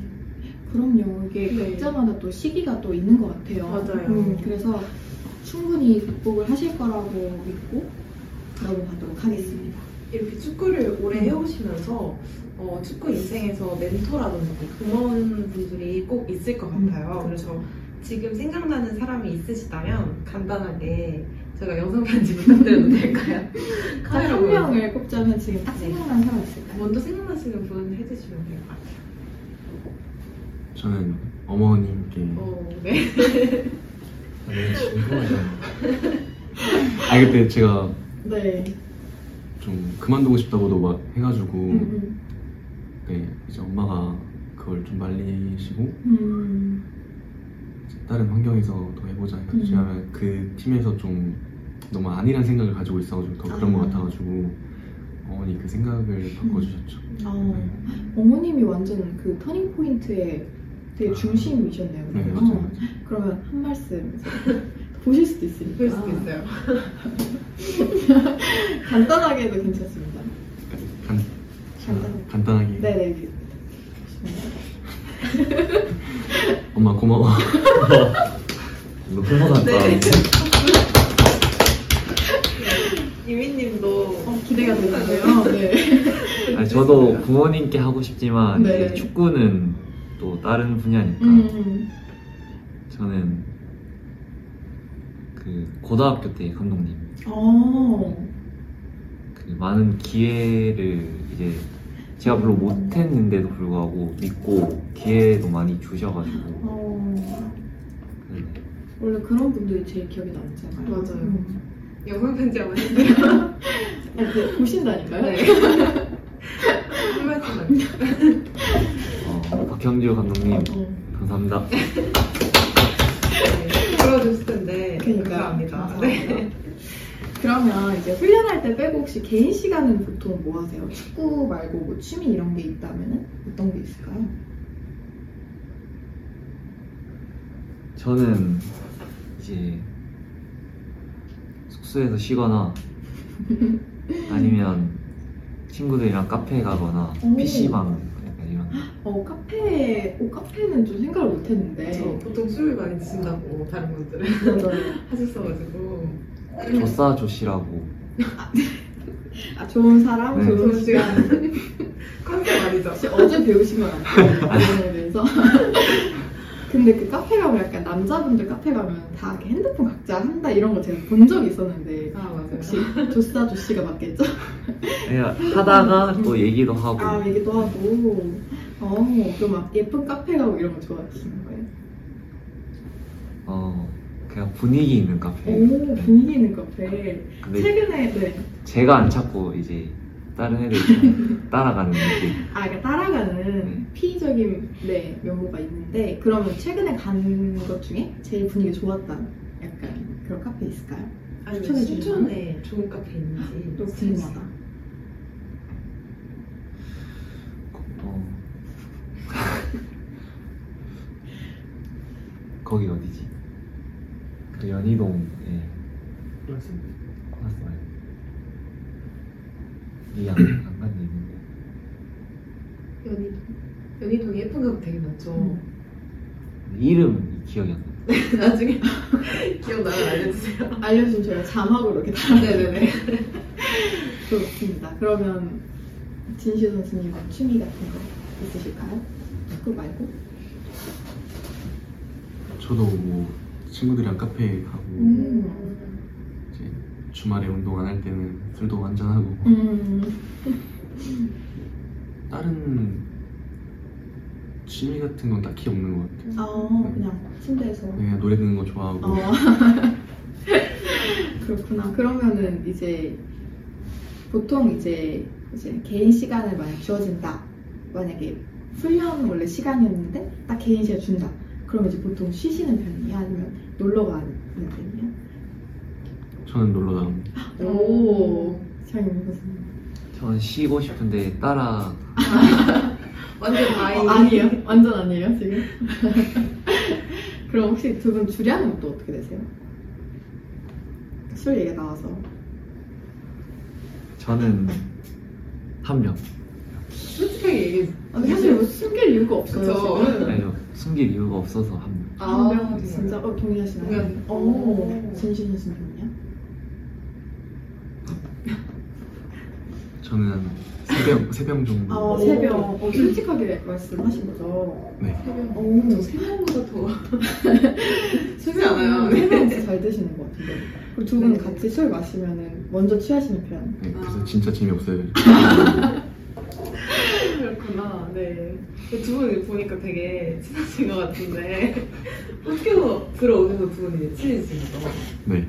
그럼요. 이게
네.
각자마다 또 시기가 또 있는 것 같아요.
맞아요.
음, 그래서 충분히 극복을 하실 거라고 믿고 들어보도록 하겠습니다.
이렇게 축구를 오래
음.
해오시면서 어, 축구 인생에서 멘토라든지 고마운 분들이 꼭 있을 것
음.
같아요. 그래서 지금 생각나는 사람이 있으시다면 간단하게 제가 영상 편지 부탁드려도 될까요? 카메라
한
보여주세요. 네.
명을 꼽자면 지금 딱 생각나는 사람 있을까요?
먼저 생각나시는 분 해주시면 될 것 같아요.
저는 어머님께
어, 네.
아 그때 제가
네.
좀 그만두고 싶다고도 막 해가지고
음.
네 이제 엄마가 그걸 좀 말리시고
음.
이제 다른 환경에서 더 해보자 해가지고
음.
제가 그 팀에서 좀 너무 아니란 생각을 가지고 있어가지고 더 그런
아. 음.
것 같아가지고 어머니 그 생각을 바꿔주셨죠
어,
네.
어머님이 완전 그 터닝 포인트의 되게 중심이셨네요.
아. 네
그러면.
맞아요
그러면 한 말씀 이제 보실 수도 있으니까.
그럴 수도 있어요.
간단하게도 괜찮습니다.
간,
간단하게.
간단하게.
네네. 그-
엄마 고마워.
이거 홍보도 안
네.
따라오고.
유민님도
어, 기대가 되는데요. 네.
아니, 저도 부모님께 하고 싶지만
네.
이제 축구는 또 다른 분야니까
음.
저는 그 고등학교 때 감독님
어.
그 많은 기회를 이제 제가 별로 못했는데도 불구하고 믿고 기회도 많이 주셔가지고
어.
네.
원래 그런 분들이 제일 기억에 남잖아요.
맞아요.
음.
영상 편지 안 했어요.
아, 이렇게 보신다니까요?
네. 한 말씀
네.
안 했어요.
어, 박형주 감독님
어.
감사합니다.
네. 들어줬을 텐데
그러니까.
감사합니다. 네.
그러면 이제 훈련할 때 빼고 혹시 개인 시간은 보통 뭐 하세요? 축구 말고 뭐 취미 이런 게 있다면은 어떤 게 있을까요?
저는 이제 숙소에서 쉬거나 아니면 친구들이랑 카페 가거나
오.
PC방 약간 이런
어 카페, 오 카페는 좀 생각을 못했는데.
저 보통 술을 많이 드신다고 다른 분들은
맞아요.
하셨어가지고
조싸 조시라고
아 좋은 사람,
네.
좋은
좋은
시간.
컨셉 아니죠?
혹시 어제 배우신 건 아니에요? 그래서. 근데 그 카페 가면 약간 남자분들 카페 가면 다 이렇게 핸드폰 각자 한다 이런 거 제가 본 적이 있었는데
아 맞아요.
혹시 조스타 조씨가 맞겠죠?
그냥 하다가 또 얘기도 하고
아 얘기도 하고 어 그럼 막 예쁜 카페 가고 뭐 이런 거 좋아하시는 거예요?
어 그냥 분위기 있는 카페 네.
오 분위기 있는 카페
근데
최근에 네.
제가 안 찾고 이제 다른 애들 따라가는 느낌
아 그러니까 따라가는
네.
피의적인 네 명모가 있는데 그러면 최근에 간 것 중에 제일 분위기 좋았다 약간 그런 카페 있을까요?
아니면
추천해 아, 주시나요?
신촌에 좋은 카페 있는지
또 궁금하다
어. 거기 어디지? 그 연희동 예. 플러스 말고 이양 안간 있는데
연희동 연희동 예쁜 가구 되게 많죠.
음.
이름 기억이 안 나.
나중에 기억나면 알려주세요.
알려주면 저희가 자막으로 이렇게 달아드릴게요.
네네네.
좋습니다. 그러면 진시 선수님은 취미 같은 거 있으실까요? 축구 말고?
저도 뭐 친구들이랑 카페 가고
음.
이제 주말에 운동 안 할 때는 술도 한잔하고
음.
다른 취미 같은 건 딱히 없는 것 같아요.
어, 그냥 침대에서.
그냥 노래 듣는 거 좋아하고
음. 어. 그렇구나. 그러면은 이제 보통 이제 이제 개인 시간을 만약 주어진다. 만약에 훈련 원래 시간이었는데 딱 개인 시간 준다. 그럼 이제 보통 쉬시는 편이에요? 아니면 놀러 가는 편이에요?
저는 놀러 다닙니다.
오, 음, 잘 읽었습니다.
전 쉬고 싶은데 따라
완전 아이.
어, 아니에요? 완전 아니에요, 지금? 그럼 혹시 두 분 주량은 또 어떻게 되세요? 술 얘기 나와서.
저는 한 명.
솔직하게 얘기해.
아, 근데 사실 뭐 숨길 이유가 없어요.
그쵸. 네.
지금.
아니요 숨길 이유가 없어서 한 명.
아, 진짜 어, 동의하시나요?
동의합니다.
오, 진심 선수님요?
저는 세병 세병 정도.
아,
세
새벽. 어, 솔직하게 말씀하신 거죠.
네.
새벽.
오,
저 어, 생각보다 더.
술이
않아요. 네.
해변에서 잘 드시는 것 같은데. 그럼 두 분 같이 술 마시면은 먼저 취하시는 편.
네, 그래서 진짜 재미없어요.
그렇구나. 네. 두 분 보니까 되게 친하신 것 같은데 학교 들어오셔서 두 분이 친해지신 거.
네.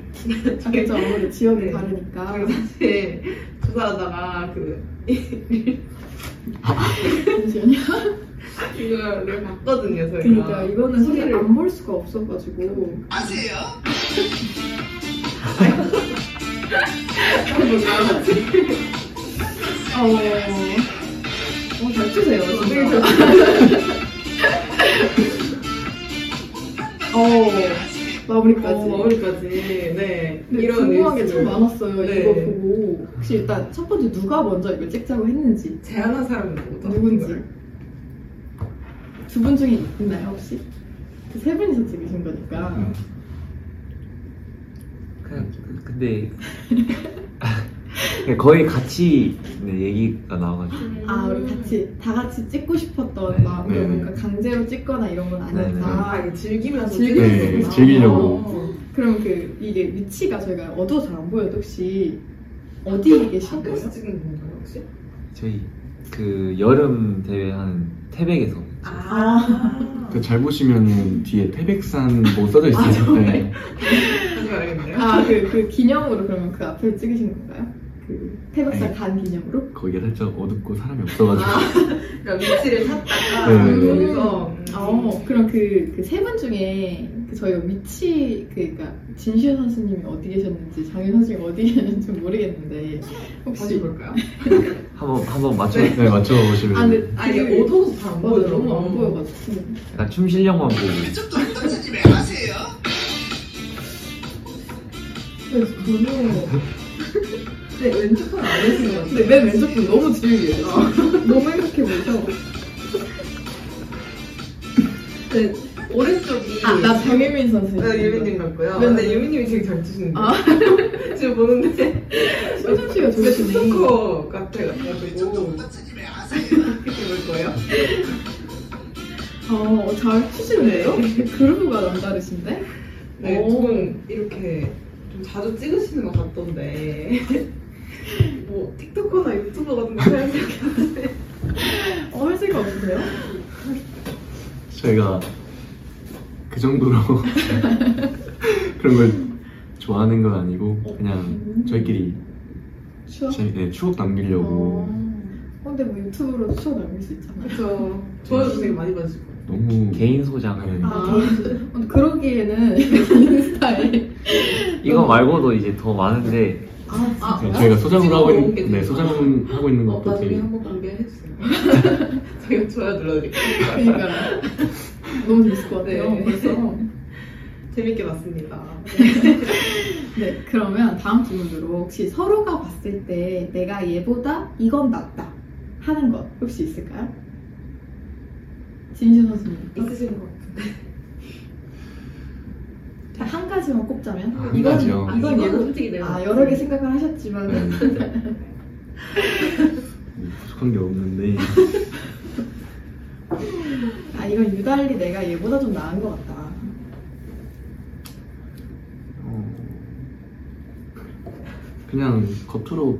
아, 그쵸. 아무래도 지역이
네.
다르니까.
저희 사실 조사하다가 그
잠시만요.
네. 이거를 봤거든요 저희가.
그러니까
아,
이거는 사실
소리를-
안 볼 수가 없어가지고
뭐
아세요? 어, 잘 추세요.
되게
진짜. 어, 마무리까지.
어, 마무리까지. 네.
근데 궁금한 게
뉴스.
참 많았어요.
네.
이거 보고 혹시 일단 첫 번째 누가 먼저 이걸 찍자고 했는지
제안한 사람은 누구죠?
누군지 두 분 중에 있나요 혹시? 그세 분이서 찍으신 거니까
음.
그- 근데 아, 거의 같이 네, 얘기가 나와가지고
네.
아 우리 같이 다 같이 찍고 싶었던
네.
마음으로
네.
그러니까 강제로 찍거나 이런 건
아,
아니라
이게 즐기면서
즐기면서
찍는 거구나.
네, 즐기려고.
어.
그럼 그 이게 위치가 저희가 어두워서 잘 안 보여도 혹시 어디 계신 거예요?
그 학교에서 찍는 건가요, 혹시?
저희 그 여름 대회 하는 태백에서
아.
그잘 보시면은 뒤에 태백산 뭐 써져 있어요. 네.
하지 말겠네요.
아 그 그 기념으로 그러면 그 앞에 찍으신 건가요? 그 태백산
네.
간 기념으로?
거기가 살짝 어둡고 사람이 없어가지고
그러니까 위치를 찾다가
네, 네, 네.
거기서 음.
어, 그럼 그, 그 세 분 중에 그 저희가 위치, 그, 그니까, 진시현 선수님이 어디 계셨는지, 장현 선수님이 어디 계셨는지 모르겠는데,
다시
혹시.
볼까요?
한번 한번 맞춰
네 맞춰 보시면
아, 근데
아 이게 어두워서 잘 안 어,
맞아,
보여
너무 안 보여가지고.
약간 춤 실력만 보고
그래서 너무.
근데 왼쪽 손안 쓰는 것 같아요.
근데 맨 왼쪽 분 너무 지우개예요. 너무 행복해 보여서.
근데 네, 오른쪽이
아, 나 장혜민 선수님.
네, 유민님 같고요.
네.
근데 유민님이 되게 잘 치시는데
아.
지금 보는데
손정치가 좋으시네.
스토커 같아 같아가지고 이렇게 볼 거예요.
어, 잘 치시는데요? 그루브가 남다르신데? 어.
네,
오.
두분 이렇게 좀 자주 찍으시는 것 같던데 뭐 틱톡커나 유튜버 같은 거 해야
어, 할 생각 없으세요?
저희가 그 정도로 그런 걸 좋아하는 건 아니고 그냥 저희끼리
추억?
제- 네, 추억 남기려고
어, 근데 뭐 유튜브로 추억 남길 수 있잖아요.
음. 그렇죠. 좋아요도 되게 많이 받으시고
너무
개인 소장을
아, 근데 그러기에는 인스타에
이거 말고도 이제 더 많은데
아,
아,
네, 저희가 소장으로 하고
찍어놓은 게
있는
되게
네, 소장하고 있는
어,
것도
나중에
되게
한번 공개해 주세요. 저희가 좋아요 눌러드릴게요.
그러니까 너무 재밌을 것 같아요.
네.
그래서
재밌게 봤습니다.
네 그러면 다음 질문으로 혹시 서로가 봤을 때 내가 얘보다 이건 낫다 하는 것 혹시 있을까요? 진신 선수님
있으신 것 같아요.
자, 한 가지만 꼽자면
한
이건
가지요.
아,
이건
이거는
얘고
솔직히 내가
아 여러 개 생각을 하셨지만
네. 부족한 게 없는데
아 이건 유달리 내가 얘보다 좀 나은 것 같다.
음. 어, 그냥 겉으로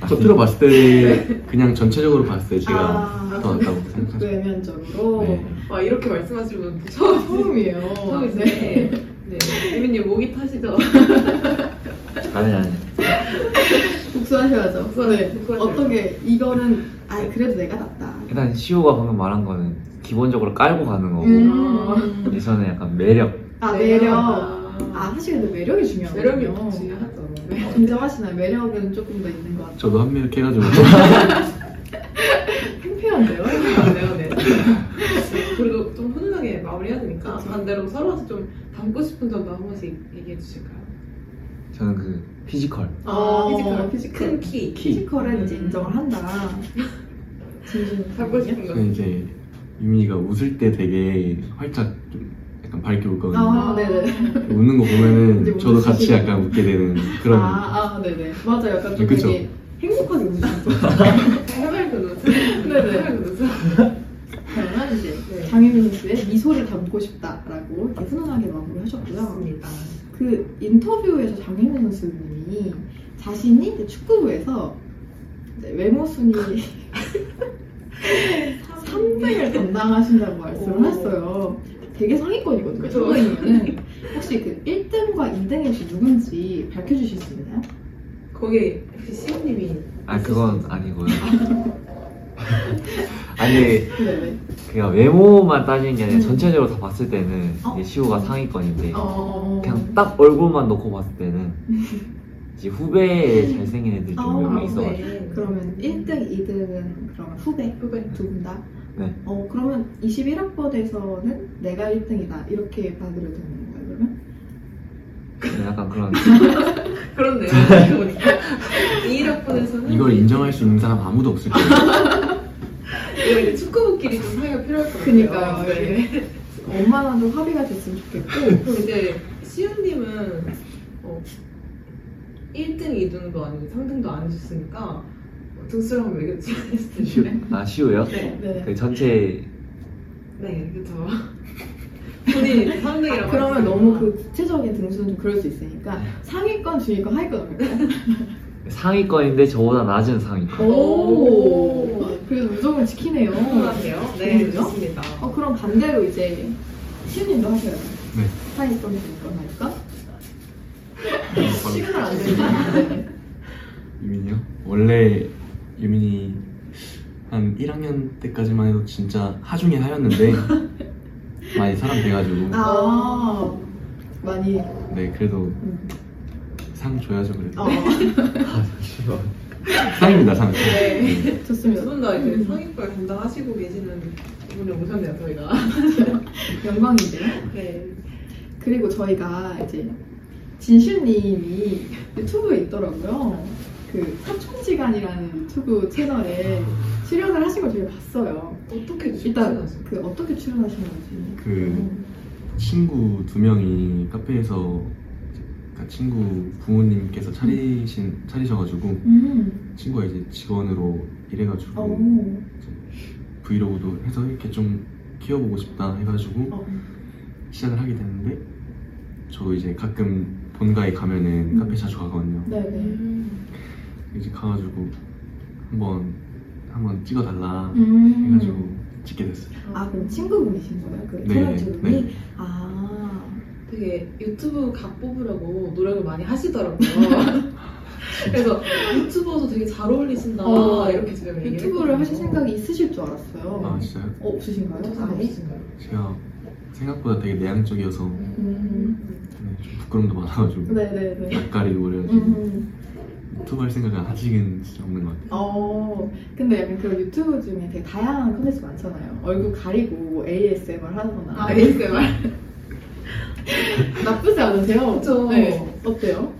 겉으로 봤을 때 그냥 전체적으로 봤을 때 제가
아,
더 낫다고 생각합니다.
외면적으로
네.
와 이렇게 말씀하시는 분 처음
처음이에요.
처음인데 네 유민님 목이 타시죠?
아니 아니
복수하셔야죠.
복수하셔야죠.
네.
복수하셔야죠. 네.
어떻게 이거는 아 그래도 내가 낫다.
일단 시호가 방금 말한 거는 기본적으로 깔고 가는 거고
음.
아,
이선는 약간 매력
아 매력. 아
네. 아
사실 근데 매력이 중요하거든요.
매력이 중요하죠. 네.
인정하시나요? 매력은 조금 더 있는 것 같아요.
저도 한매력 해가지고
팽팽한데요?
네요, 네. 그래도 좀 훈훈하게 마무리해야 되니까
그쵸.
반대로 서로한테 좀 담고 싶은 점도 한 번씩 얘기해 주실까요?
저는 그 피지컬
아,
피지컬, 큰
피지컬.
키,
피지컬은 이제
음.
인정을 한다. 진심.
담고 싶은 거.
네,
저는 이제 유민이가 웃을 때 되게 활짝 좀 약간 밝게 웃거든요.
아, 네네.
웃는 거
이제
보면은 저도
웃으시고.
같이 약간 웃게 되는 그런
아, 아 네네. 맞아요. 약간 좀
그쵸?
되게 행복하게 웃으시죠.
해맑은 웃음.
네네.
해맑은 웃음.
그러면 이제
네.
장혜민 씨의 미소를 담고 싶다라고 이렇게 훈훈하게 마무리하셨고요.
맞습니다.
그 인터뷰에서 장혜민 선수님이 자신이 이제 축구부에서 이제 외모 순위
네.
3등을 담당하신다고 말씀을
오.
했어요. 되게 상위권이거든요.
그쵸.
상위권이면은 혹시 그 1등과 2등이 혹시 누군지 밝혀주실 수 있나요?
거기 그 시우님이
아 그건 아니고요 아니
네네.
그냥 그러니까 외모만 따지는 게 아니라
음.
전체적으로 다 봤을 때는
어?
이제 시호가 상위권인데
어.
그냥 딱 얼굴만 놓고 봤을 때는 이제 후배 잘생긴 애들
아,
좀몇 명 있어가지고
네.
그러면 1등, 2등은 그러면 후배, 후배 두 분 다?
네.
어, 그러면 21학번에서는 내가 1등이다. 이렇게 받으려 되는 거예요, 그러면?
약간 그런
그렇네요. 생각해 보니까.
이학번에서는
이걸 인정할 수 있는 사람 아무도 없을 거예요.
이게 축구부끼리 좀 사이가 필요할 것 같아요.
그니까요,
네.
어, 엄마랑도 합의가 됐으면 좋겠고.
그럼 이제 시윤님은 어, 1등, 2등도 아니고 3등도 안 해주셨으니까 등수를 한번 매겨주지
시우
않았을텐데
아 시우요?
네,
네.
그 전체
네, 그쵸 본인 3등이라고
아, 그러면 너무 그 구체적인 등수는 좀 그럴 수 있으니까
네.
상위권, 중위권, 하위권 할까요?
상위권인데 저보다 낮은
어.
상위권.
오.
그래서 우정을 지키네요.
궁금한데요? 네,
좋은데요?
좋습니다
어, 그럼 반대로 이제 시우님도 하셔요.
네.
상위권, 중위권, 하위권?
바로
시그널 안 되는데.
유민이요? 원래 유민이 한 1학년 때까지만 해도 진짜 하중에 하였는데 많이 사람 돼가지고
아, 많이.
네 그래도
음.
상 줘야죠 그래도
어,
아 잠시만 상입니다 상
네.
네.
좋습니다.
두 분 다 이제
음.
상위권 담당하시고 계시는 분이 오셨네요 저희가
영광인데요.
네
그리고 저희가 이제 진슈님이 유튜브에 있더라고요. 그 삼촌지간이라는 유튜브 채널에 출연을 하신 걸 저희가 봤어요.
어떻게
일단
출신하셨어요?
그 어떻게 출연하신 건지.
그 친구 두 명이 카페에서 그러니까 친구 부모님께서 차리신 차리셔가지고
음,
친구가 이제 직원으로
어,
일해가지고 브이로그도 해서 이렇게 좀 키워보고 싶다 해가지고
어.
시작을 하게 됐는데 저 이제 가끔 본가에 가면은
음.
카페 자주 가거든요.
네네.
음.
이제 가가지고 한번 한번 찍어달라 해가지고
음.
찍게 됐어요.
아, 그럼 친구분이신 거예요? 그
네,
채널 주분이?
네.
아,
되게 유튜브 각 뽑으라고 노력을 많이 하시더라고요. 그래서 유튜버도 되게 잘 어울리신다
어,
네, 이렇게 제가 얘기를
유튜브를 하실
했거든요.
생각이 있으실 줄 알았어요.
아 진짜요?
어, 없으신가요?
어떤 생각
아예?
없으신가요?
제가 생각보다 되게 내향적이어서
음.
네, 좀 부끄럼도 많아가지고
네네네.
낯가리고 그래가지고
음.
유튜브 할 생각은 아직은 진짜 없는 것 같아요.
어, 근데 약간 그런 유튜브 중에 되게 다양한 컨텐츠 많잖아요. 얼굴 가리고 뭐 ASMR 하거나. 네.
아 ASMR.
나쁘지 않으세요?
그쵸.
네. 어때요?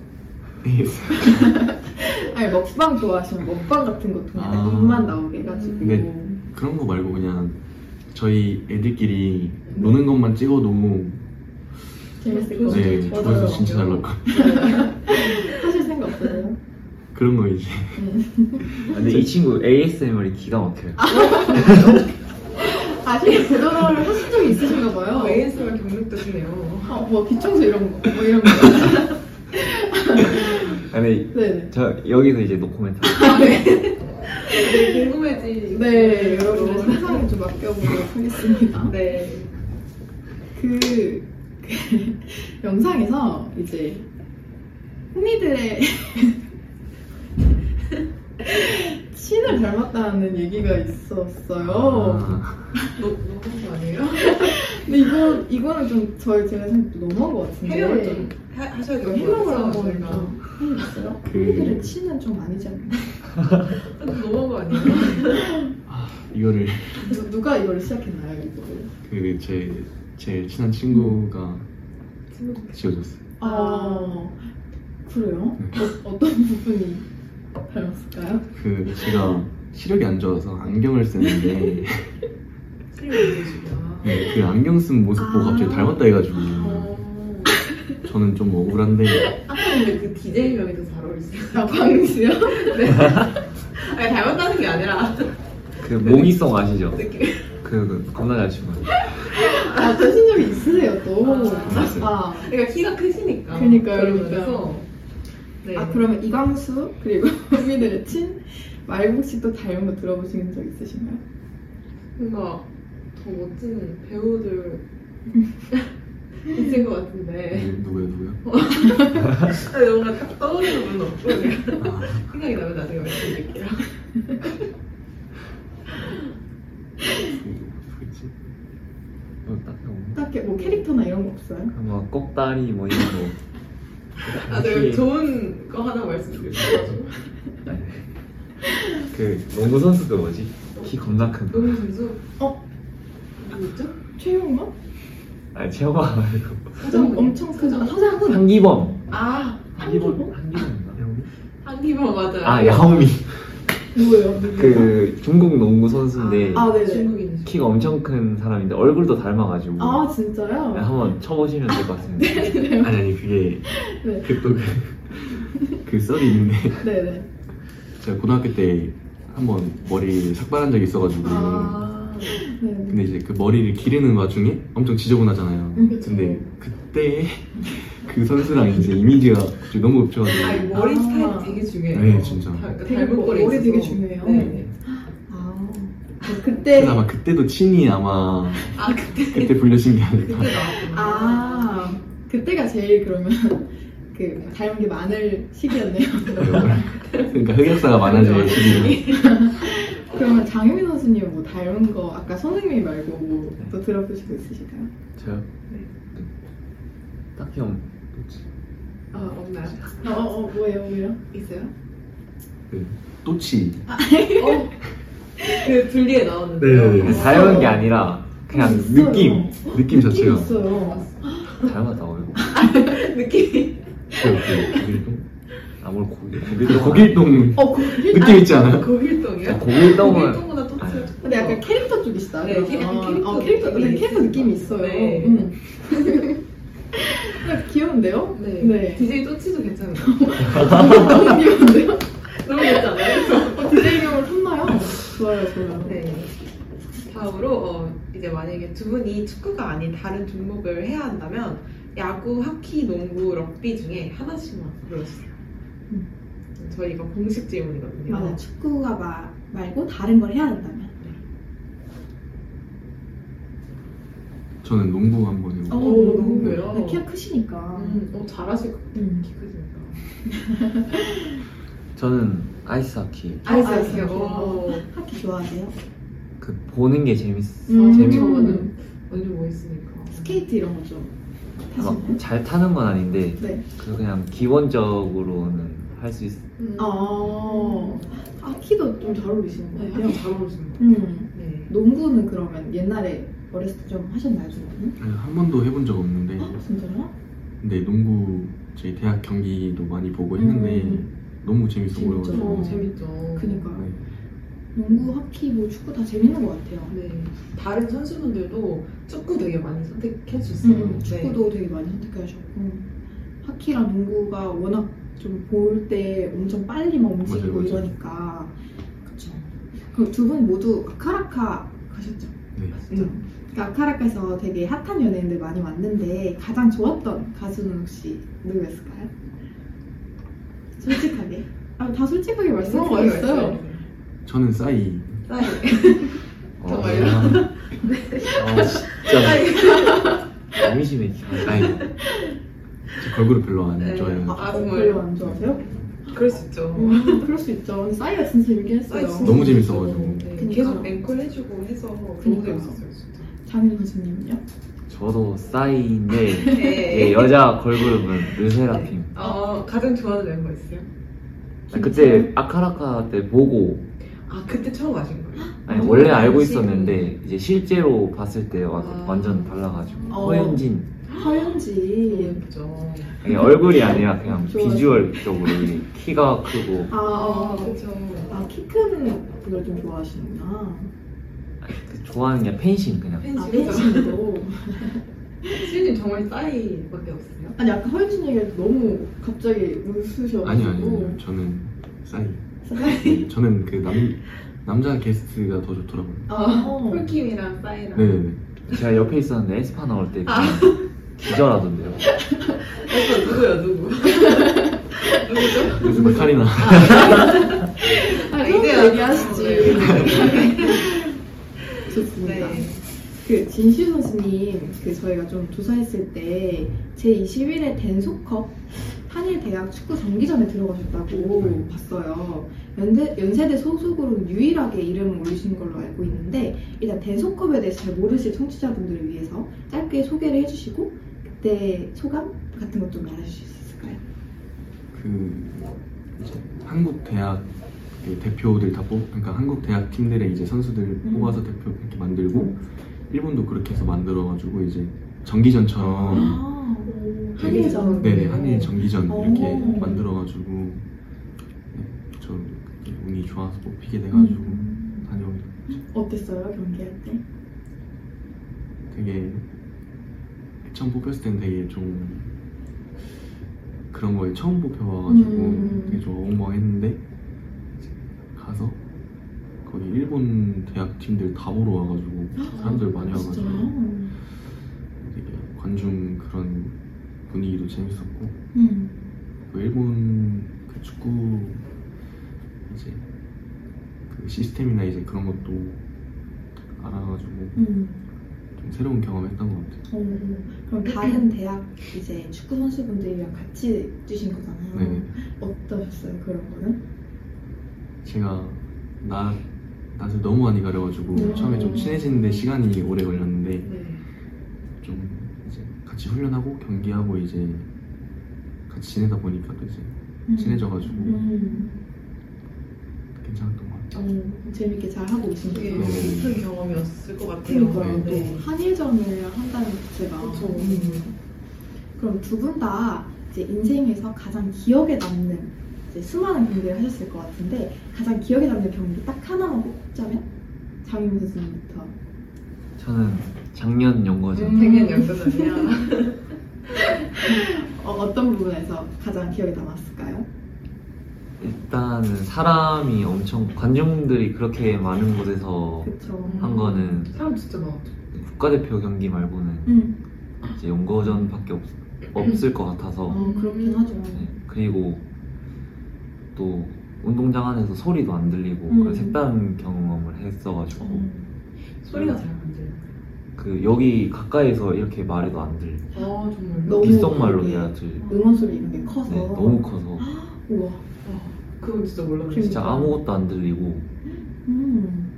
ASMR.
아니, 먹방 좋아하시면 먹방 같은 것도 그냥
아.
입만 나오게 해가지고.
음.
네. 그런 거 말고 그냥 저희 애들끼리 노는 것만 찍어도
재밌을 것
어,
같아요.
네
맞아요.
조회수 진짜 잘 나올 것 같아요.
하실 생각 없으세요?
그런 거 이제
음.
아, 근데 이 친구 ASMR이 기가 막혀요.
아, 되게 그거를 하신 적이 있으신가
어,
봐요.
ASMR 경력도 있네요.
어, 뭐, 귀청소 이런 거. 뭐, 이런 거.
아니
네네. 아,
저 여기서 이제 노코멘트.
되게 궁금해지.
네, 여러분들 상상을 좀 맡겨보도록 하겠습니다.
네.
그, 그 영상에서 이제 흥미들의 신을 닮았다는 얘기가 있었어요.
아,
너- 너무 한거 아니에요?
근데 이거 이거는 좀 저희 제가 생각 너무한 것 같은데.
해명을 좀 하, 하셔야
이거
될것
네. 해명을
같아요.
한번
저희가.
해주세요.
그-
흥미들의 치는 좀 아니지 않나?
너무한 거 아니에요?
이거를
누- 누가 이걸 시작했나요 이거를?
그 제 제 친한 친구가
친구들.
지어줬어요.
아 그래요? 어, 어떤 부분이 닮았을까요?
그 제가 시력이 안 좋아서 안경을 쓰는데
스크린을
네, 그 안경 쓴 모습 보고 갑자기 닮았다 해가지고
아.
어.
저는 좀 억울한데
아까 근데 그 DJ 명이 더 잘 어울리세요.
아 방수요?
네. 아니 닮았다는 게 아니라
그 몽이송 아시죠?
느낌.
그, 그 겁나 잘 치고.
아, 되신 적이 있으세요, 또. 아,
그러니까 키가 크시니까.
그러니까요,
그러면서. 네.
아, 그러면 이광수, 그리고 흥미들의 친, 말국 씨도 닮은 거 들어보신 적 있으신가요?
뭔가 더 멋진 배우들 있을 것 같은데.
네, 누구요 누구요?
아니, 뭔가 딱 떠오르는 분은 없고 그냥
아,
생각이 나면 나중에 말씀드릴게요.
그, 누구지?
딱 어,
딱히 뭐 캐릭터나 이런 거 없어요?
뭐, 꼭다리 뭐 이런 거.
아, 제가
역시.
좋은 거 하나 말씀드리고 싶어가지고.
그 농구 선수 그 뭐지? 키 겁나 큰.
너무 점수.
어?
누구였죠?
최용만?
아니 체험아 말고.
서장훈이요?
엄청 크죠.
서장훈.
서장훈.
한기범.
아,
한기범?
한기범.
한기범 맞아요.
아
네,
야오미.
누구예요?
그 중국 농구 선수인데
아, 네네.
중국인.
키가 엄청 큰 사람인데 얼굴도 닮아가지고
아 진짜요?
한번 쳐보시면 될 것 같은데.
네네.
아니 아니 그게
네.
그또그그 썰이 있는데
네네.
제가 고등학교 때 한번 머리 삭발한 적이 있어가지고
아,
네네.
근데 이제 그 머리를 기르는 와중에 엄청 지저분하잖아요.
음.
근데 그때 그 선수랑 이제 이미지가 갑자기 너무
아, 이
겹쳐가지고
머리
아.
스타일이 되게 중요해요.
네, 진짜.
다- 그러니까
되게
닮은
머리
꼴이
되게
있어서.
중요해요.
네.
아 그때
그나마 그때도 친이 아마
아, 그때.
그때 불려신 게 아닐까.
그때 나왔구나.
아 그때가 제일 그러면 그 닮은 게 많을 시기였네요.
그러니까 흑역사가 많아져요 지금.
그러면 장유민 선수님 뭐 닮은 거 아까 선생님 말고 뭐 또 들어보신 거 있으실까요?
제가
네.
딱히 없지.
아, 없나요?
어어 어, 뭐예요 뭐예요?
있어요?
그 또치.
어? 그 분리에
네,
나오는데.
닮은 게 아니라 그냥
있어요.
느낌
느낌
느낌
자체가.
있어요.
닮았다고 이거.
느낌이.
아무리 고기
고길동
어그 거길?
느낌 있지 않아요?
고길동이요?
고길동은
고길동보다 또
아니요.
좀-
근데 약간 캐릭터 쪽이시다.
네,
그러면.
약간 캐릭터
어, 캐릭터
느낌이
약간 캐릭터 느낌이
있어요.
있어요.
네.
음. 아, 귀여운데요?
네.
네.
DJ 또치도 괜찮아요.
너무 귀여운데요?
너무 괜찮아요.
어, 디제이용을 혼나요? 좋아요 좋아요.
네. 다음으로 어, 이제 만약에 두 분이 축구가 아닌 다른 종목을 해야 한다면 야구, 하키, 농구, 럭비 중에 하나씩만 골라주세요. 음, 저희가 공식 질문이거든요.
맞아 축구가 마, 말고 다른 걸 해야 된다면
저는 농구 한번
어,
해보고.
오, 농구요?
네, 키가 크시니까
음, 어, 잘하실 것 같아요.
음.
키 크시니까.
저는 아이스하키
아이스 음. 하키.
하키요? 어.
하키 좋아하세요?
그 보는 게 재밌
음.
아, 재미
재밌
저는 완전 멋있으니까.
스케이트 이런 거죠 타시나요?
막잘 타는 건 아닌데
네.
그 그냥 기본적으로는 할 수 있.
음.
어. 아, 아 키도 좀 잘 어울리시는
네,
것
하키
같아요
잘 어울리시는 것 같아요.
음.
네.
농구는 그러면 옛날에 어렸을 때 좀 하셨나요? 농구는?
아니, 한 번도 해본 적 없는데
아 진짜요?
근데 농구 저희 대학 경기도 많이 보고 했는데 너무
음.
재밌어
재밌죠.
보여가지고
어, 재밌죠.
그니까요
네.
농구, 하키, 뭐 축구 다 재밌는 것 같아요
네. 다른 선수분들도 축구 되게 많이 선택해 주세요.
네.
음, 축구도 되게 많이 선택하셨고 하키랑 농구가 워낙 좀 볼 때 엄청 빨리 막 움직이고
맞아요, 맞아요.
이러니까 그쵸 그럼 두 분 모두 아카라카 가셨죠?
네.
맞죠? 그러니까 아카라카에서 되게 핫한 연예인들 많이 왔는데 가장 좋았던 가수는 혹시 누구였을까요? 솔직하게 아 다 솔직하게 말씀하고 있어요
저는 싸이
네. 정말요?
아, 아,
네.
네.
진짜 양심의 기가.
싸이 저 걸그룹 별로 안
네.
좋아해요
아,
어,
정말.
별로 안 좋아하세요?
그럴 수 있죠.
음, 그럴 수 있죠 근데 싸이가 진짜 재밌긴 했어요
사이즈
너무 재밌어가지고.
네,
그니까요.
계속 앵콜 해주고 해서 너무
그니까요.
재밌었어요, 진짜.
장윤 교수님은요?
저도 싸이인데
네.
예, 여자 걸그룹은 르세라핌.
어, 가장 좋아하는 멤버 있어요?
아, 그때 아카라카 때 보고
아, 그때 처음 아신 거예요?
아니 원래 알고
역시.
있었는데 이제 실제로 봤을 때 와,
아.
완전 달라가지고
어.
허윤진
너무
허현지
네. 예쁘죠.
그냥 얼굴이 아니라 그냥
좋아요.
비주얼적으로 이게 키가 크고
아,
아,
아
그쵸.
아, 키큰 분을 좀 좋아하시는구나.
그 좋아하는 게 팬심 그냥
아,
팬심이죠.
팬심도.
팬심이 정말 싸이밖에 없어요.
아니, 아까 허윤진 얘기할 때 너무 갑자기 웃으셔가지고.
아니요 아니요 저는 싸이
싸이?
네, 저는 그 남, 남자 게스트가 더 좋더라고요
어.
폴킴이랑 싸이랑.
네네네
제가 옆에 있었는데 에스파 나올 때
아.
그냥 기절하던데요
오빠 누구야, 누구? 누구죠?
요즘 막 카리나
아, 그런
이제야.
거 얘기하시지. 좋습니다.
네.
그, 진시 선수님, 그, 저희가 좀 조사했을 때, 제21회 댄소컵 한일대학 축구 정기전에 들어가셨다고
네.
봤어요. 연대, 연세대 소속으로 유일하게 이름을 올리신 걸로 알고 있는데, 일단 댄소컵에 대해서 잘 모르실 청취자분들을 위해서 짧게 소개를 해주시고, 그때 소감 같은 것 좀 말해주실 수 있을까요?
그 이제 한국 대학 그 대표들 다 뽑, 그러니까 한국 대학 팀들의 이제 선수들 뽑아서 대표 이렇게 만들고 일본도 그렇게 해서 만들어가지고 이제 정기전처럼
아,
네. 한일전.
네네 한일 정기전 이렇게
오.
만들어가지고 네, 저 운이 좋아서 뽑히게 돼가지고 다녀오게
어땠어요 경기할 때?
되게 처음 뽑혔을 땐 되게 좀 그런 거에 처음 뽑혀가지고
음.
되게 좀 엉망했는데 이제 가서 거기 일본 대학 팀들 다 보러 와가지고 사람들 많이 와가지고
아, 진짜요?
되게 관중 그런 분위기도 재밌었고
음.
그 일본 그 축구 이제 그 시스템이나 이제 그런 것도 알아가지고
음.
좀 새로운 경험했던 것 같아요.
오, 음, 그럼 다른 대학 이제 축구 선수분들이랑 같이 뛰신 거잖아요.
네.
어떠셨어요 그런 거는?
제가 나 낯을 너무 많이 가려가지고
음.
처음에 좀 친해지는데 시간이 오래 걸렸는데
네.
좀 이제 같이 훈련하고 경기하고 이제 같이 지내다 보니까 또 이제
음.
친해져가지고
음.
괜찮았던 것 같아요.
어, 재밌게 잘 하고 오신
되게
거예요.
깊은 경험이었을 것 같아요.
그러니까요.
네.
또 한일전을 한다는 것 자체가.
그쵸.
음. 그럼 두 분 다 이제 인생에서 가장 기억에 남는 이제 수많은 경기를 하셨을 것 같은데 가장 기억에 남는 경기 딱 하나만 꼽자면 장윤 선수님부터.
저는 작년 연거장
음.
되게 연극이야.
어, 어떤 부분에서 가장 기억에 남았을까요?
일단은 사람이 엄청 관중들이 그렇게 많은 곳에서
그쵸.
한 거는
사람 진짜 많았죠.
국가대표 경기 말고는
음.
이제 연거전밖에 없, 없을 것 같아서
어, 그렇긴 하죠.
네, 그리고 또 운동장 안에서 소리도 안 들리고
음.
그런 색다른 경험을 했어가지고
음.
네.
소리가 잘 안 들려요.
그 여기 가까이서 이렇게 말해도 안 들리고
아 정말.
너무
귓속말로
그게 어.
해야 들리고
응원 소리 이런 게 커서.
네, 너무 커서
우와.
그건 진짜 몰랐어요.
진짜 아무것도 안 들리고
음.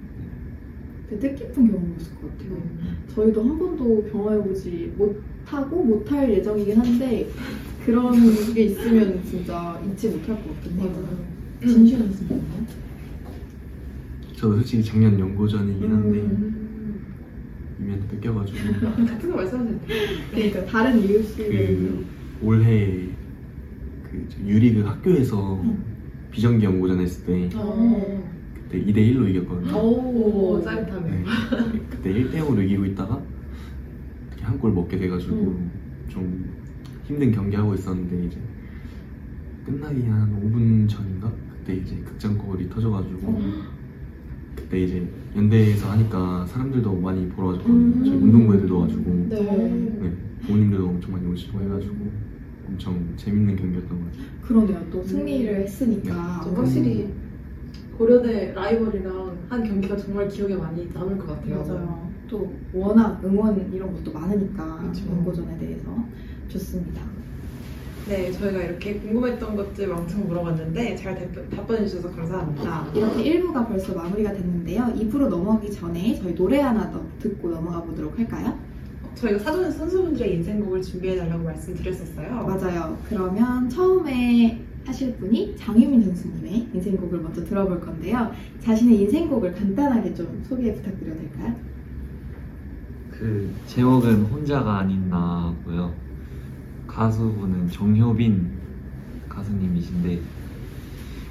되게 뜻깊은 경험이었을 것
네.
같아요. 저희도 한 번도 경험해보지 못하고 못할 예정이긴 한데 그런 게 있으면 진짜 잊지 못할 것
네.
같긴 해요. 음.
맞아요.
진실한 선생님.
저도 솔직히 작년 연고전이긴 한데
음.
이면 뺏겨가지고
같은 거 말씀하세요.
그러니까 다른
그
이웃들은
올해 그저 유리그 학교에서 비정기 연고전 했을 때
어.
그때 2대 1로 이겼거든요.
오,
오,
짜릿하네.
네. 그때 1대0으로 이기고 있다가 한 골 먹게 돼가지고
음.
좀 힘든 경기 하고 있었는데 이제 끝나기 한 5분 전인가 그때 이제 극장 골이 터져가지고
음.
그때 이제 연대에서 하니까 사람들도 많이 보러 와줬거든요.
음.
저희 운동부 애들도 와주고
네.
네, 부모님들도 엄청 많이 오시고 해가지고 엄청 재밌는 경기였던 것 같아요.
그러네요. 또 승리를 했으니까.
아,
저 확실히 고려대 라이벌이랑 한 경기가 정말 기억에 많이 남을 것 같아요.
맞아요. 또 워낙 응원 이런 것도 많으니까
그쵸.
연고전에 대해서 좋습니다.
네, 저희가 이렇게 궁금했던 것들 왕창 물어봤는데 잘 답- 답변해주셔서 감사합니다.
자, 아, 이렇게 1부가 벌써 마무리가 됐는데요. 2부로 넘어가기 전에 저희 노래 하나 더 듣고 넘어가 보도록 할까요?
저희가 사전에 선수분들의 인생곡을 준비해달라고 말씀드렸었어요.
맞아요. 그러면 처음에 하실 분이 장유민 선수님의 인생곡을 먼저 들어볼 건데요. 자신의 인생곡을 간단하게 좀 소개 부탁드려도 될까요?
그 제목은 혼자가 아닌 나고요. 가수분은 정효빈 가수님이신데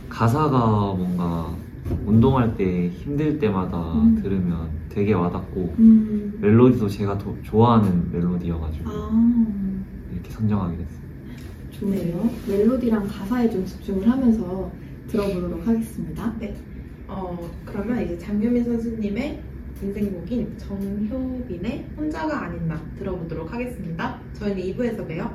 가사가 뭔가 운동할 때 힘들 때마다
음.
들으면 되게 와닿고
음.
멜로디도 제가 더 좋아하는 멜로디여가지고
아,
이렇게 선정하게 됐어요.
좋네요. 멜로디랑 가사에 좀 집중을 하면서 들어보도록 하겠습니다.
어, 그러면 이제 장유민 선수님의 인생곡인 정효빈의 혼자가 아닌 나 들어보도록 하겠습니다. 저희는 2부에서 봬요.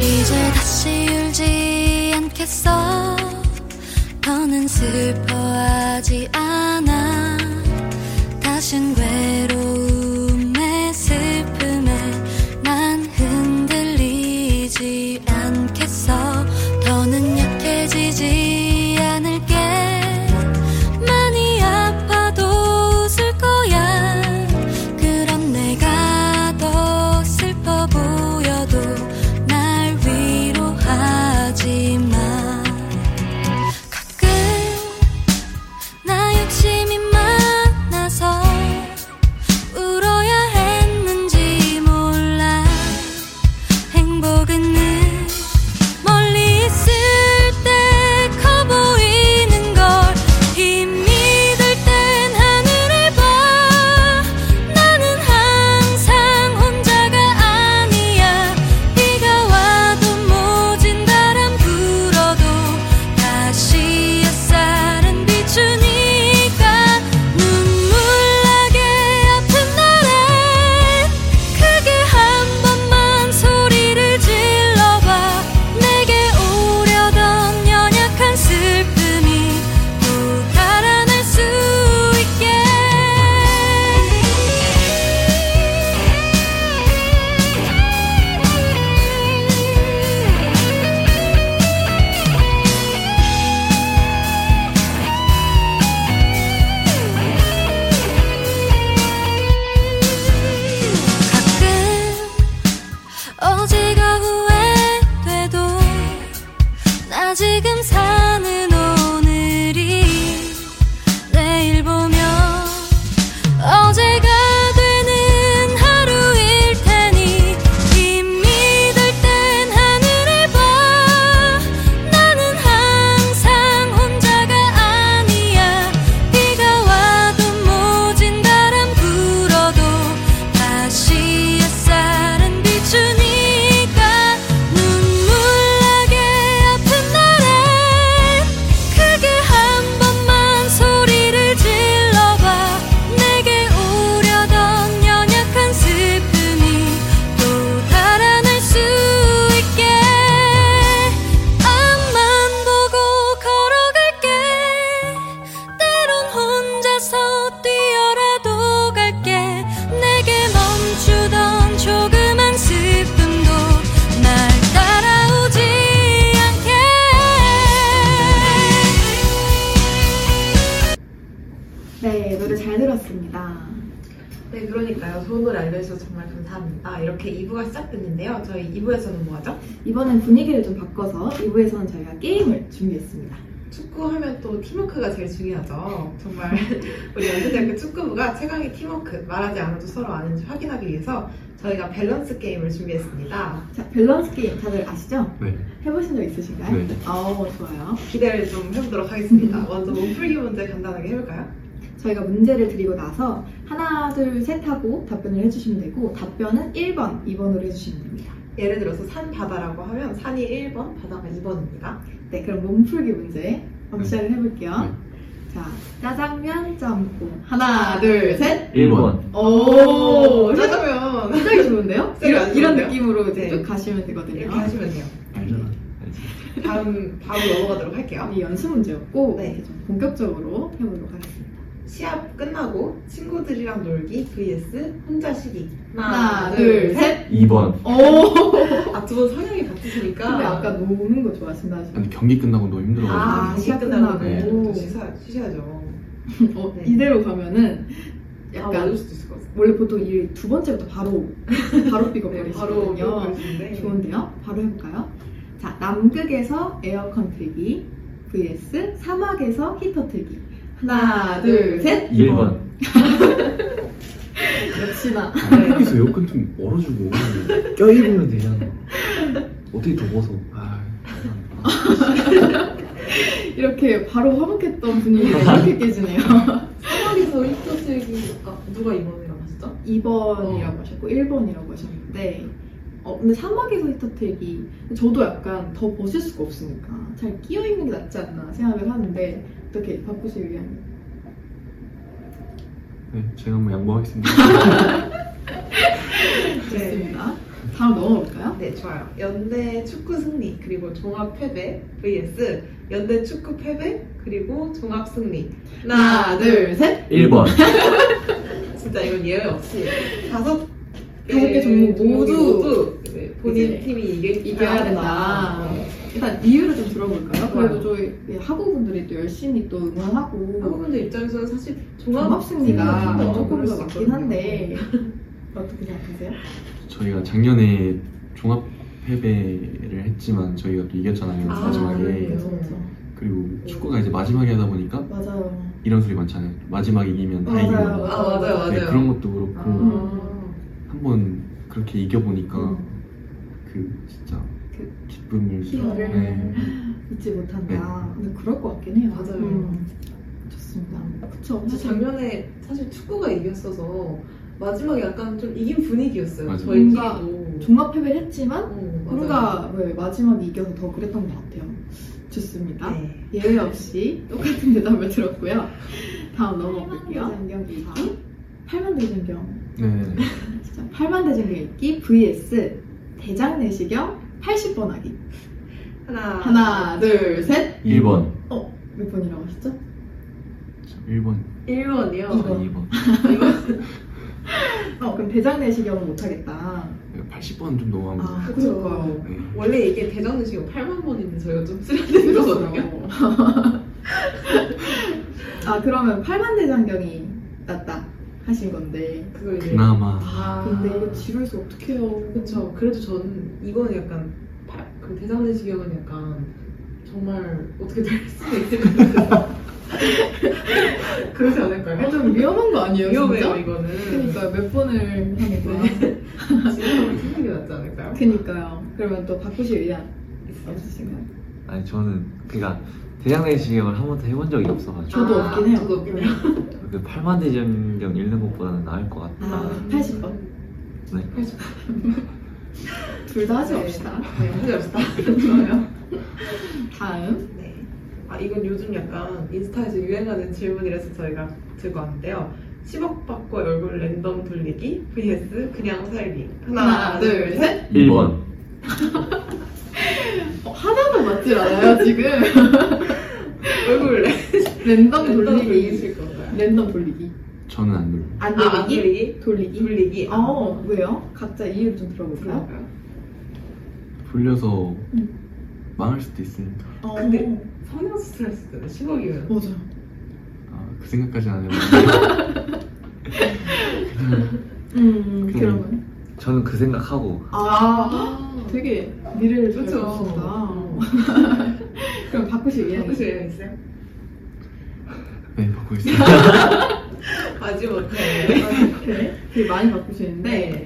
이제 다시 울지 않겠어 더는 슬퍼하지 않아 다신 외로움에 슬픔에 나 지금 사는 오늘이 내일 보면 어제가 되는 하루일 테니 힘이 들 땐 하늘을 봐 나는 항상 혼자가 아니야 비가 와도 모진 바람 불어도 다시 햇살은 비추니까 눈물나게 아픈 날엔 크게 한 번만 소리를 질러봐 내게 오려던 연약한 슬픔이 또 달아날 수 있게 앞만 보고 걸어갈게 때론 혼자서 뛰어라도 갈게 내게 멈추던 조그만 슬픔도 날 따라오지 않게
네, 노래 잘 들었습니다.
네, 그러니까요. 좋은 노래 알려주셔서 정말 감사합니다. 이렇게 2부가 시작됐는데요. 저희 2부에서는 뭐하죠?
이번엔 분위기를 좀 바꿔서 2부에서는 저희가 게임을 준비했습니다.
축구하면 또 팀워크가 제일 중요하죠. 정말 우리 연세대학교 축구부가 최강의 팀워크, 말하지 않아도 서로 아는지 확인하기 위해서 저희가 밸런스 게임을 준비했습니다.
자, 밸런스 게임 다들 아시죠?
네.
해보신 적 있으신가요?
네.
어, 좋아요.
기대를 좀 해보도록 하겠습니다. 먼저 몸풀기 문제 간단하게 해볼까요?
저희가 문제를 드리고 나서 하나, 둘, 셋 하고 답변을 해주시면 되고 답변은 1번, 2번으로 해주시면 됩니다.
예를 들어서 산, 바다라고 하면 산이 1번, 바다가 2번입니다.
네, 그럼 몸풀기 문제 한번
네.
시작을 해볼게요. 자, 짜장면 짬뽕. 하나, 둘, 셋.
1번.
오,
짜장면!
굉장히 좋은데요?
쌤이
이런,
안
이런
좋은데요?
느낌으로 이제
네.
쭉 가시면 되거든요.
이렇게 하시면 돼요.
알잖아.
다음 바로 넘어가도록 할게요.
이 연습 문제였고
네.
이제 좀 본격적으로 해보도록 하겠습니다.
시합 끝나고 친구들이랑 놀기 vs 혼자 쉬기.
하나, 둘, 셋.
2번.
오.
아, 두 분 성향이
근데
같으시니까.
아까 노는 거 좋아하신다 하시면
아니, 경기 끝나고 너무 힘들어가지고
아,
아,
시합
시합
끝나고
끝나고.
또 쉬셔, 쉬셔야죠.
어,
네.
이대로 가면은
아,
약간
맞을 수도 있을 것 같아요.
원래 보통 이 두 번째부터 바로 바로
네,
삐걱거리시거든요. 네,
바로 이어갈
좋은데요? 바로 해볼까요? 자, 남극에서 에어컨 틀기 vs 사막에서 히터 틀기. 하나, 둘, 셋.
1번.
역시나.
아, 여기서 에어컨 좀 얼어주고
껴입으면 되잖아. 어떻게 더 벗어.
아,
이렇게 바로 화목했던 분위기가 이렇게 깨지네요.
사막에서 히터트기 아, 누가 이번이라고 하셨죠?
2번이라고 하셨고, 1번이라고 하셨는데, 어, 근데 사막에서 히터 틀기. 저도 약간 더 벗을 수가 없으니까 잘 끼어 있는 게 낫지 않나 생각을 하는데, 어떻게 바꾸실 의향이?
네, 제가 한번 양보하겠습니다.
네. 좋습니다. 다음 넘어볼까요?
네, 좋아요. 연대 축구 승리, 그리고 종합 패배 vs 연대 축구 패배, 그리고 종합 승리. 하나, 둘,
셋.
1번.
진짜 이건 예외 없이 다섯
다섯 개 종목 모두
네, 본인
이제
팀이 이겨,
이겨야 된다. 네. 일단 이유를 좀 들어볼까요?
좋아요.
그래도 저희 예, 학우분들이 또 열심히 또 응원하고 뭐
한국분들 입장에서는 사실
종합승리가
생각보다
조금
아, 그럴
더
수
맞긴
있거든요.
한데 어떻게 생각하세요?
저희가 작년에 종합 패배를 했지만 저희가 또 이겼잖아요
아,
마지막에
그래요?
그리고 축구가 이제 마지막에 하다 보니까
맞아요.
이런 소리 많잖아요 마지막에 이기면 다
맞아요.
이기는
아
거.
맞아요 맞아요.
네, 그런 것도 그렇고
음.
아,
한번 그렇게 이겨보니까 그 진짜
음. 그
기쁨을
희열을.
네.
잊지 못한다.
네.
근데 그럴 것 같긴 해요. 음.
맞아요.
좋습니다. 그쵸.
사실 작년에 사실 축구가 이겼어서 마지막에 약간 좀 이긴 분위기였어요.
맞아요.
저희끼리도.
종합 패배를 했지만
어, 맞아요.
우리가 왜 마지막에 이겨서 더 그랬던 것 같아요. 좋습니다.
네.
예외 없이 똑같은 대답을 들었고요. 다음 넘어볼게요. 대장경 읽기. 8만 대장경.
네.
진짜 8만 대장경 읽기 vs 대장 내시경 80번 하기.
아.
하나
하나, 둘, 셋.
1번.
몇 번이라고 하셨죠?
1번
1번이요.
이번.
2번.
어, 그럼 대장 내시경은 못하겠다.
80번 좀 넘어가면
아,
아, 그쵸.
그니까요.
네.
원래 이게 대전은 지금
8만 번인데 저희가 좀 쓰려는
그렇죠.
거거든요.
아, 그러면 8만 대장경이 낫다 하신 건데.
그걸 이제
그나마
아
근데 이거 지루해서 어떡해요.
그쵸. 그래도 저는 이거는 약간 파- 그 대장내시경은 약간 정말 어떻게 될 수는 있을 것 같아요. 그러지 않을까요?
아, 좀 위험한 거 아니에요?
어, 위험해요
진짜?
이거는.
그러니까 몇 번을 하는데.
지금 생각이 낫지 않을까요?
그니까요. 그러면 또 바꾸실 의향
그,
있으신가요?
아니 저는 그니까 대장 내시경을 한 번도 해본 적이 없어가지고
저도
아,
없긴 해요.
저도 없긴 해요. 음,
그 8만 대장경 읽는 것보다는 나을 것 같다.
아, 80번.
네.
둘 다 하지 맙시다.
네, 하지 없다. 좋아요.
다음.
네. 아, 이건 요즘 약간 인스타에서 유행하는 질문이라서 저희가 들고 왔는데요. 10억 받고 얼굴 랜덤 돌리기 vs 그냥 살기. 하나, 둘, 셋.
1번.
어, 하나만 맞질 않아요, 지금.
얼굴 랜-
랜덤
랜덤
돌리기.
돌리기실 건가요?
랜덤 돌리기.
저는 안 눌러.
안
아, 안 돌리기?
돌리기? 돌리기.
돌리기.
어, 왜요? 각자 이유를 좀 들어볼까요?
그런가요?
돌려서 망할 수도 있으니까.
어,
근데- 성형 스트레스 때문에
어.
10억이면.
맞아요.
아, 그 생각까지 안 해봤는데.
음,
그-
그런 거요.
저는 그 생각하고
아,
아,
되게 미래를 잘
그쵸.
보신다. 그럼 바꾸실 의향이
혹시 의향 있어요?
네, 보고 있어요.
마지막.
네, 되게 많이 바꾸시는데
네.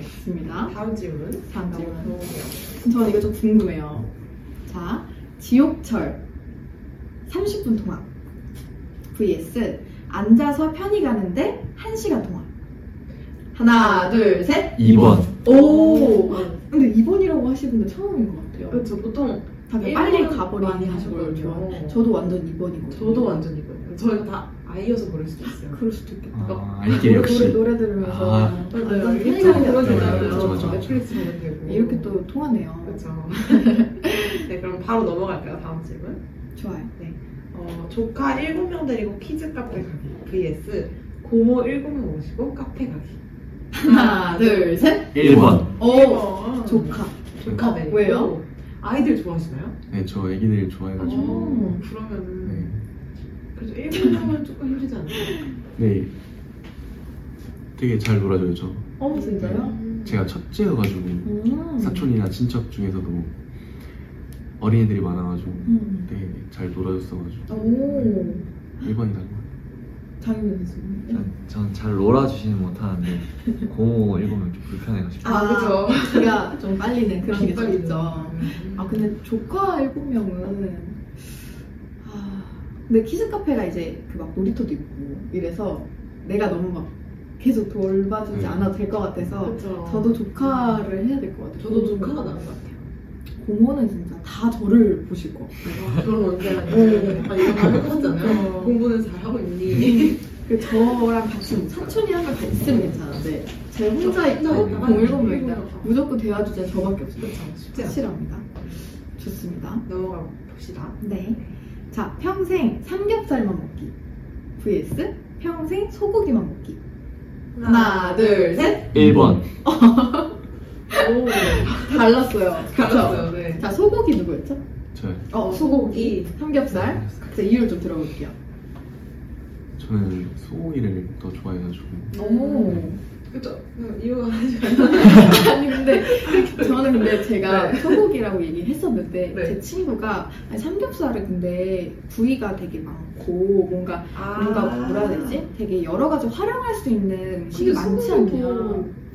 있습니다.
다음 질문. 질문
다음 질문.
넘어볼게요.
저는 이거 좀 궁금해요. 자, 지옥철 30분 통학 vs 앉아서 편히 가는데 1시간 통학. 하나, 둘, 셋.
2번.
오.
네.
근데 2번이라고 하시는 분 처음인 것 같아요.
그렇죠. 보통
다들 빨리
일본 많이
가버리는
하시거든요.
하시거든요. 저도 완전 2번이거든요.
저도 완전 이거예요. 저희가 다 아이여서 그럴 수도 있어요.
그럴 수도 있겠다.
아, 이게
노래,
역시.
노래 들으면서 네,
아.
네,
완전
맞아요.
팬이
일정
되었죠.
맞아, 맞아.
보여주잖아요. 넷플릭스 보면 되고.
그렇죠, 네, 이렇게 또 통하네요.
그렇죠. 네, 그럼 바로 넘어갈까요? 다음 질문.
좋아요. 네.
어, 조카 7명 데리고 키즈 카페 가기 vs 고모 7명 모시고 카페 가기.
하나, 둘, 셋.
1번.
오,
어,
조카.
조카
어,
데리고.
왜요?
아이들 좋아하시나요? 어,
네, 저 애기들
그렇죠.
좋아해가지고.
오.
그러면은
네.
그래도 일본 형은 조금 힘들지 않나요?
네. 되게 잘 놀아줘요, 저.
어, 진짜요?
음.
제가 첫째여가지고.
음.
사촌이나 친척 중에서도 뭐 어린애들이 많아가지고.
음.
되게 잘 놀아줬어가지고.
오,
1번이라고.
장윤 선수.
전 잘 놀아주지는 못하는데 고모 읽으면 좀 불편해가지고
아,
그죠.
제가 좀 빨리는 그런 게 좀
빨리
있죠. 아, 근데 조카 일곱 명은 아, 근데 키즈 카페가 이제 그 막 놀이터도 있고 이래서 내가 너무 막 계속 돌봐주지
네.
않아도 될 것 같아서
그렇죠.
저도 조카를 해야 될 것 같아요.
저도 조카가 나은 것 같아요.
고모는 진짜 다 저를 보실 것 같아요.
그런 언제 하냐? 막 이런 말 하고
네, 어.
하잖아요. 공부는 잘 하고 있니?
그 저랑 같이 사촌이 한 명 같이 있으면 괜찮은데 제 혼자 있고
혼자 있다가
공일곱 명
일곱
있다
명.
무조건 대화주제 는 저밖에 없어요.
쉽지 않아.
확실합니다. 좋습니다.
넘어가 봅시다.
네. 자, 평생 삼겹살만 먹기. vs 평생 소고기만 먹기. 하나, 둘, 셋.
1번.
오,
달랐어요. 그쵸?
잘했어요. 네.
자, 소고기 누구였죠?
저요.
어, 소고기. 삼겹살. 자, 이유를 좀 들어볼게요.
저는 소고기를 더 좋아해가지고.
오.
그렇죠. 이유가
아니, 근데 저는 근데 제가 소고기라고 얘기했었는데
네.
제 친구가 아니, 삼겹살은 근데 부위가 되게 많고 뭔가
아,
뭔가 뭐라 해야 되지? 되게 여러 가지 활용할 수 있는 음식이 많지 아, 않냐.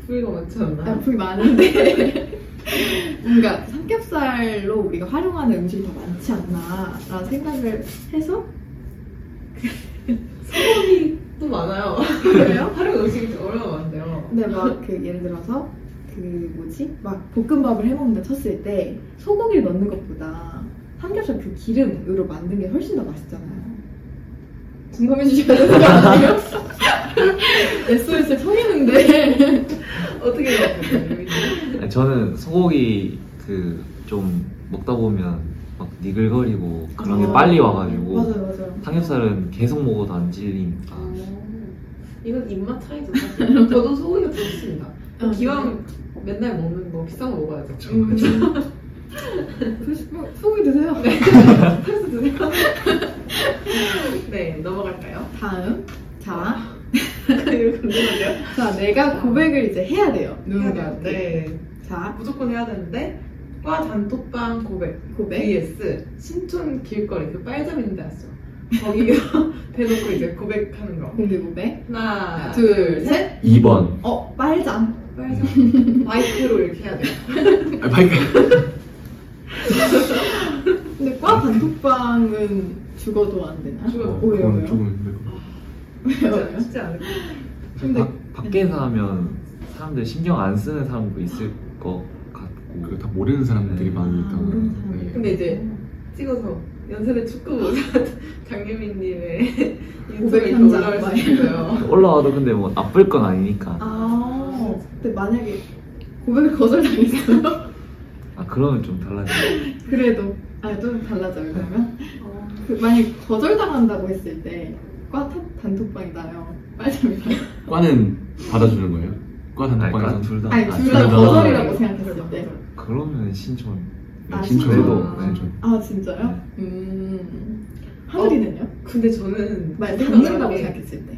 부위가 많지 않나?
난 불이 많은데 뭔가 삼겹살로 우리가 활용하는 음식이 더 많지 않나라는 생각을 해서
또 많아요.
그래요?
하루 음식이 얼마나 많은데요.
근데 막 그 예를 들어서 그 뭐지 막 볶음밥을 해먹는다 쳤을 때 소고기를 넣는 것보다 삼겹살 그 기름으로 만든 게 훨씬 더 맛있잖아요. 궁금해 주셔야 되는 거 아니에요? SOS 성인인데
어떻게 생각하세요?
아니, 저는 소고기 그 좀 먹다 보면 막 니글거리고 그런 게
아.
빨리 와가지고
맞아요 맞아요
삼겹살은 계속 먹어도 안 질리니까
아,
이건 입맛 차이죠. 사실. 저도 소고기가 더 좋습니다.
아, 네.
기왕 맨날 먹는 거 비싼 거 먹어야죠.
저, 그쵸.
음, 소고기 드세요
네, 스트레스 드세요. 네, 넘어갈까요?
다음 자
이거 궁금한데요?
자, 내가 고백을 이제 해야 돼요. 누군가한테.
네,
자,
무조건 해야 되는데 과 단톡방 고백
고백?
vs 신촌 길거리 그 빨점 있는 데 왔어 거기 대놓고 이제 고백하는 거
공개 고백?
하나
둘,
둘셋
셋.
2번.
어, 빨장.
빨점 마이크로 이렇게 해야 돼
아, 그러니까
근데 과 단톡방은 죽어도 안 되나?
죽어도.
왜요,
그건
왜요?
조금 힘들 것 같아요.
왜요?
쉽지 않을까
근데-
밖- 밖에서 하면 사람들 신경 안 쓰는 사람도 있을 것 같고
그리고 다 모르는 사람들이
네.
많으니까.
아, 모르는 사람들.
네.
근데 이제 찍어서 연세대 축구 장유민님의 인스타에 이렇게
현장
올라올 수
많이.
있어요
올라와도 근데 뭐 나쁠 건 아니니까
아, 근데 만약에 고백을 거절당했어요?
아 그러면 좀 달라지죠
그래도, 아, 좀 달라져요, 그러면? 그, 만약에 거절당한다고 했을 때, 과 타- 단톡방이다요. 빨장이다요.
과는 받아주는 거예요? 과 단톡방에서
아니, 둘다
아니,
아,
둘 다
둘 다.
거절이라고 생각했을 때.
그러면 신촌 네.
아,
신촌에도
신촌.
신촌.
아, 진짜요? 음. 하늘이는요?
근데 저는
말
그
듣는다고
생각을
생각했을 때.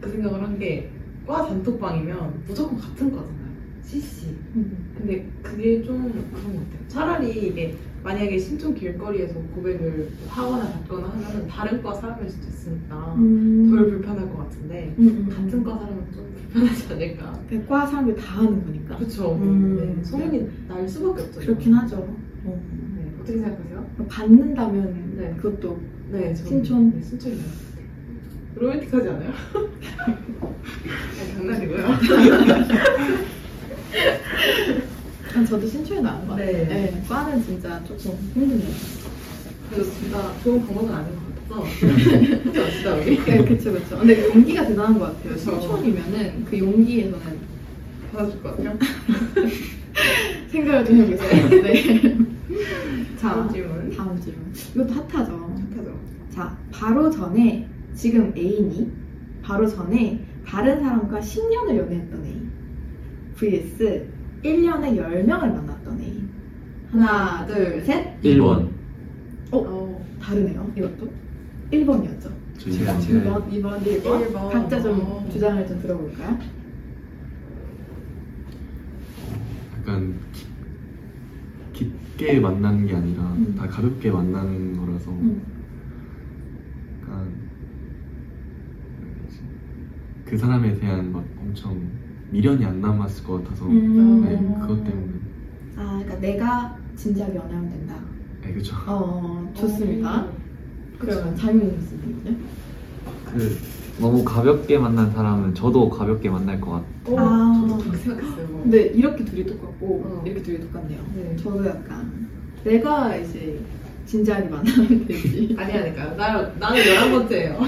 그 생각을 한 게 과 단톡방이면 무조건 같은 과잖아요 CC
음.
근데 그게 좀 그런 것 같아요. 차라리 이게 만약에 신촌 길거리에서 고백을 하거나 받거나 하면 다른 과 사람일 수도 있으니까 덜 불편할 것 같은데
음, 음.
같은 과 사람은 좀 불편하지 않을까.
그과 사람들 다 하는 거니까.
그렇죠.
음.
네, 소문이 날 수밖에 없죠.
그렇긴 하죠.
네, 어떻게 생각하세요?
어. 받는다면
네.
그것도
네, 저는
신촌.
네, 신촌이요. 로맨틱하지 않아요? 아니, 장난이고요.
난 저도 신촌이 나은 것 같아요.
네.
네, 과는 진짜 조금 힘드네요.
그래서 진짜 좋은 방법은 아닌 것 같아서. 진짜 멋지다 우리.
네, 그쵸 그쵸. 근데 용기가 대단한 것 같아요.
그쵸.
신촌이면은 그 용기에서는
받아줄 것 같아요.
생각을 좀 해보세요. 네. 자,
음. 다음 질문.
다음 질문. 이것도 핫하죠.
하죠.
자, 바로 전에 지금 애인이 바로 전에 다른 사람과 10년을 연애했던 애인 vs 1년에 10명을 만났던 애인 하나, 둘, 셋
1번
어,
다르네요, 이것도 1번이었죠
저
제가
아,
2번.
제일
2번, 2번, 1번
1번.
네. 각자 좀
어.
주장을 좀 들어볼까요?
약간 깊- 깊게 만나는 게 아니라
음.
다 가볍게 만나는 거라서
음.
약간 그 사람에 대한 막 엄청 미련이 안 남았을 것 같아서 네, 그것 때문에
음. 아, 그러니까 내가 진작 연애하면 된다
네, 그쵸
어, 그렇죠. 좋습니다 그러면
그쵸.
장윤 씨는요?
그 너무 가볍게 만난 사람은 저도 가볍게 만날 것 같아요
어,
아.
저도 그렇게 생각했어요. 뭐.
근데 이렇게 둘이 똑같고
어.
이렇게 둘이 똑같네요
네.
저도 약간 내가 이제 진지하게 만나면 되지.
아니, 아니까요. 나, 나는 열한 번째예요.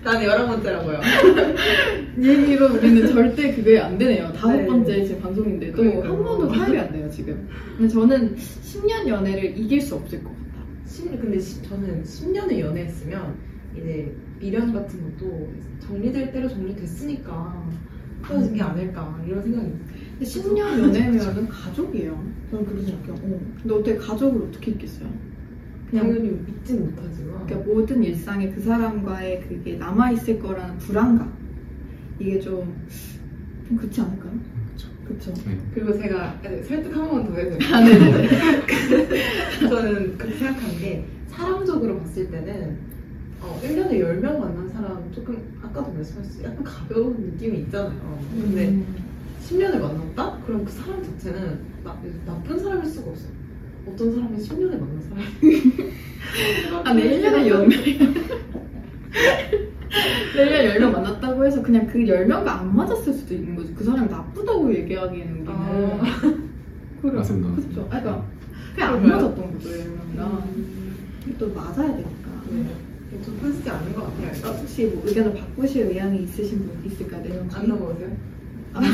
나는 열한 번째라고요.
얘기로 우리는 절대 그게 안 되네요. 다섯
네.
번째 지금 방송인데도
그러니까요.
한 번도 타협이 안 돼요 지금. 근데 저는 10년 연애를 이길 수 없을 것 같아요.
십- 근데 십- 저는 10년을 연애했으면 이제 미련 같은 것도 정리될 때로 정리됐으니까 헤어진 게 아닐까 이런 생각이 들어요.
근데 10년 연애면은 가족이에요. 저는 그렇게 생각해요. 어. 근데 어떻게 가족을 어떻게 있겠어요? 그냥
당연히 믿진 못하지만
그러니까 모든 일상에 그 사람과의 그게 남아 있을 거라는 불안감 이게 좀, 좀 그렇지 않을까요?
그쵸.
그렇죠.
네.
그리고 제가 네, 설득 한 번만 더 해도 돼요?
아, 네네네.
저는 그렇게 생각한 게 사람적으로 봤을 때는 어, 1년에 10명 만난 사람 조금 아까도 말씀하셨듯이 약간 가벼운 느낌이 있잖아요. 근데
음.
10년을 만났다? 그럼 그 사람 자체는 나, 나쁜 사람일 수가 없어. 어떤 사람이 10년을 만난 음. 사람?
아, 내 1년에 10명. 내 1년에 10명 만났다고 해서 그냥 그 10명과 안 맞았을 수도 있는 거지. 그 사람이 나쁘다고 얘기하기에는 우리는.
아.
그래.
맞습니다. 네.
그쵸. 아, 그러니까 그냥 안
그런가요?
맞았던 거죠, 10명이랑. 또 맞아야 되니까.
네. 좀 편하지 않은 것
어,
같아요.
혹시 뭐 의견을 바꾸실 의향이 있으신 분 있을까요? 내년
안 넘어오세요?
네,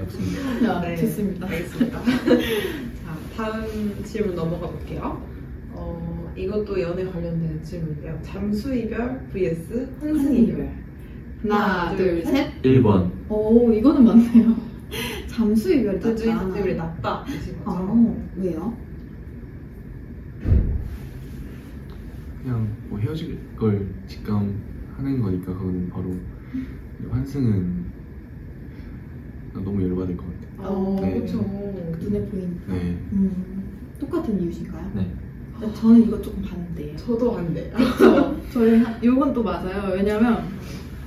없습니다
아,
네.
좋습니다.
알겠습니다. 자, 다음 질문 넘어가 볼게요. 어, 이것도 연애 관련된 질문인데요. 잠수 이별 vs
환승
환승 이별.
하나, 둘, 셋.
1번
오, 이거는 맞네요. 잠수 이별
둘 중에
낫다.
잠수 이별이 낫다. 이신 거죠?
아, 왜요?
그냥 뭐 헤어질 걸 직감하는 거니까 그건 바로 환승은 너무 열받을 것 같아요
어,
네.
그렇죠.
눈에 보이니까.
네.
음, 똑같은 이유신가요?
네.
근데 저는 이거 조금 반대예요.
저도 안 돼.
그렇죠. 저희 하- 요건 또 맞아요. 왜냐면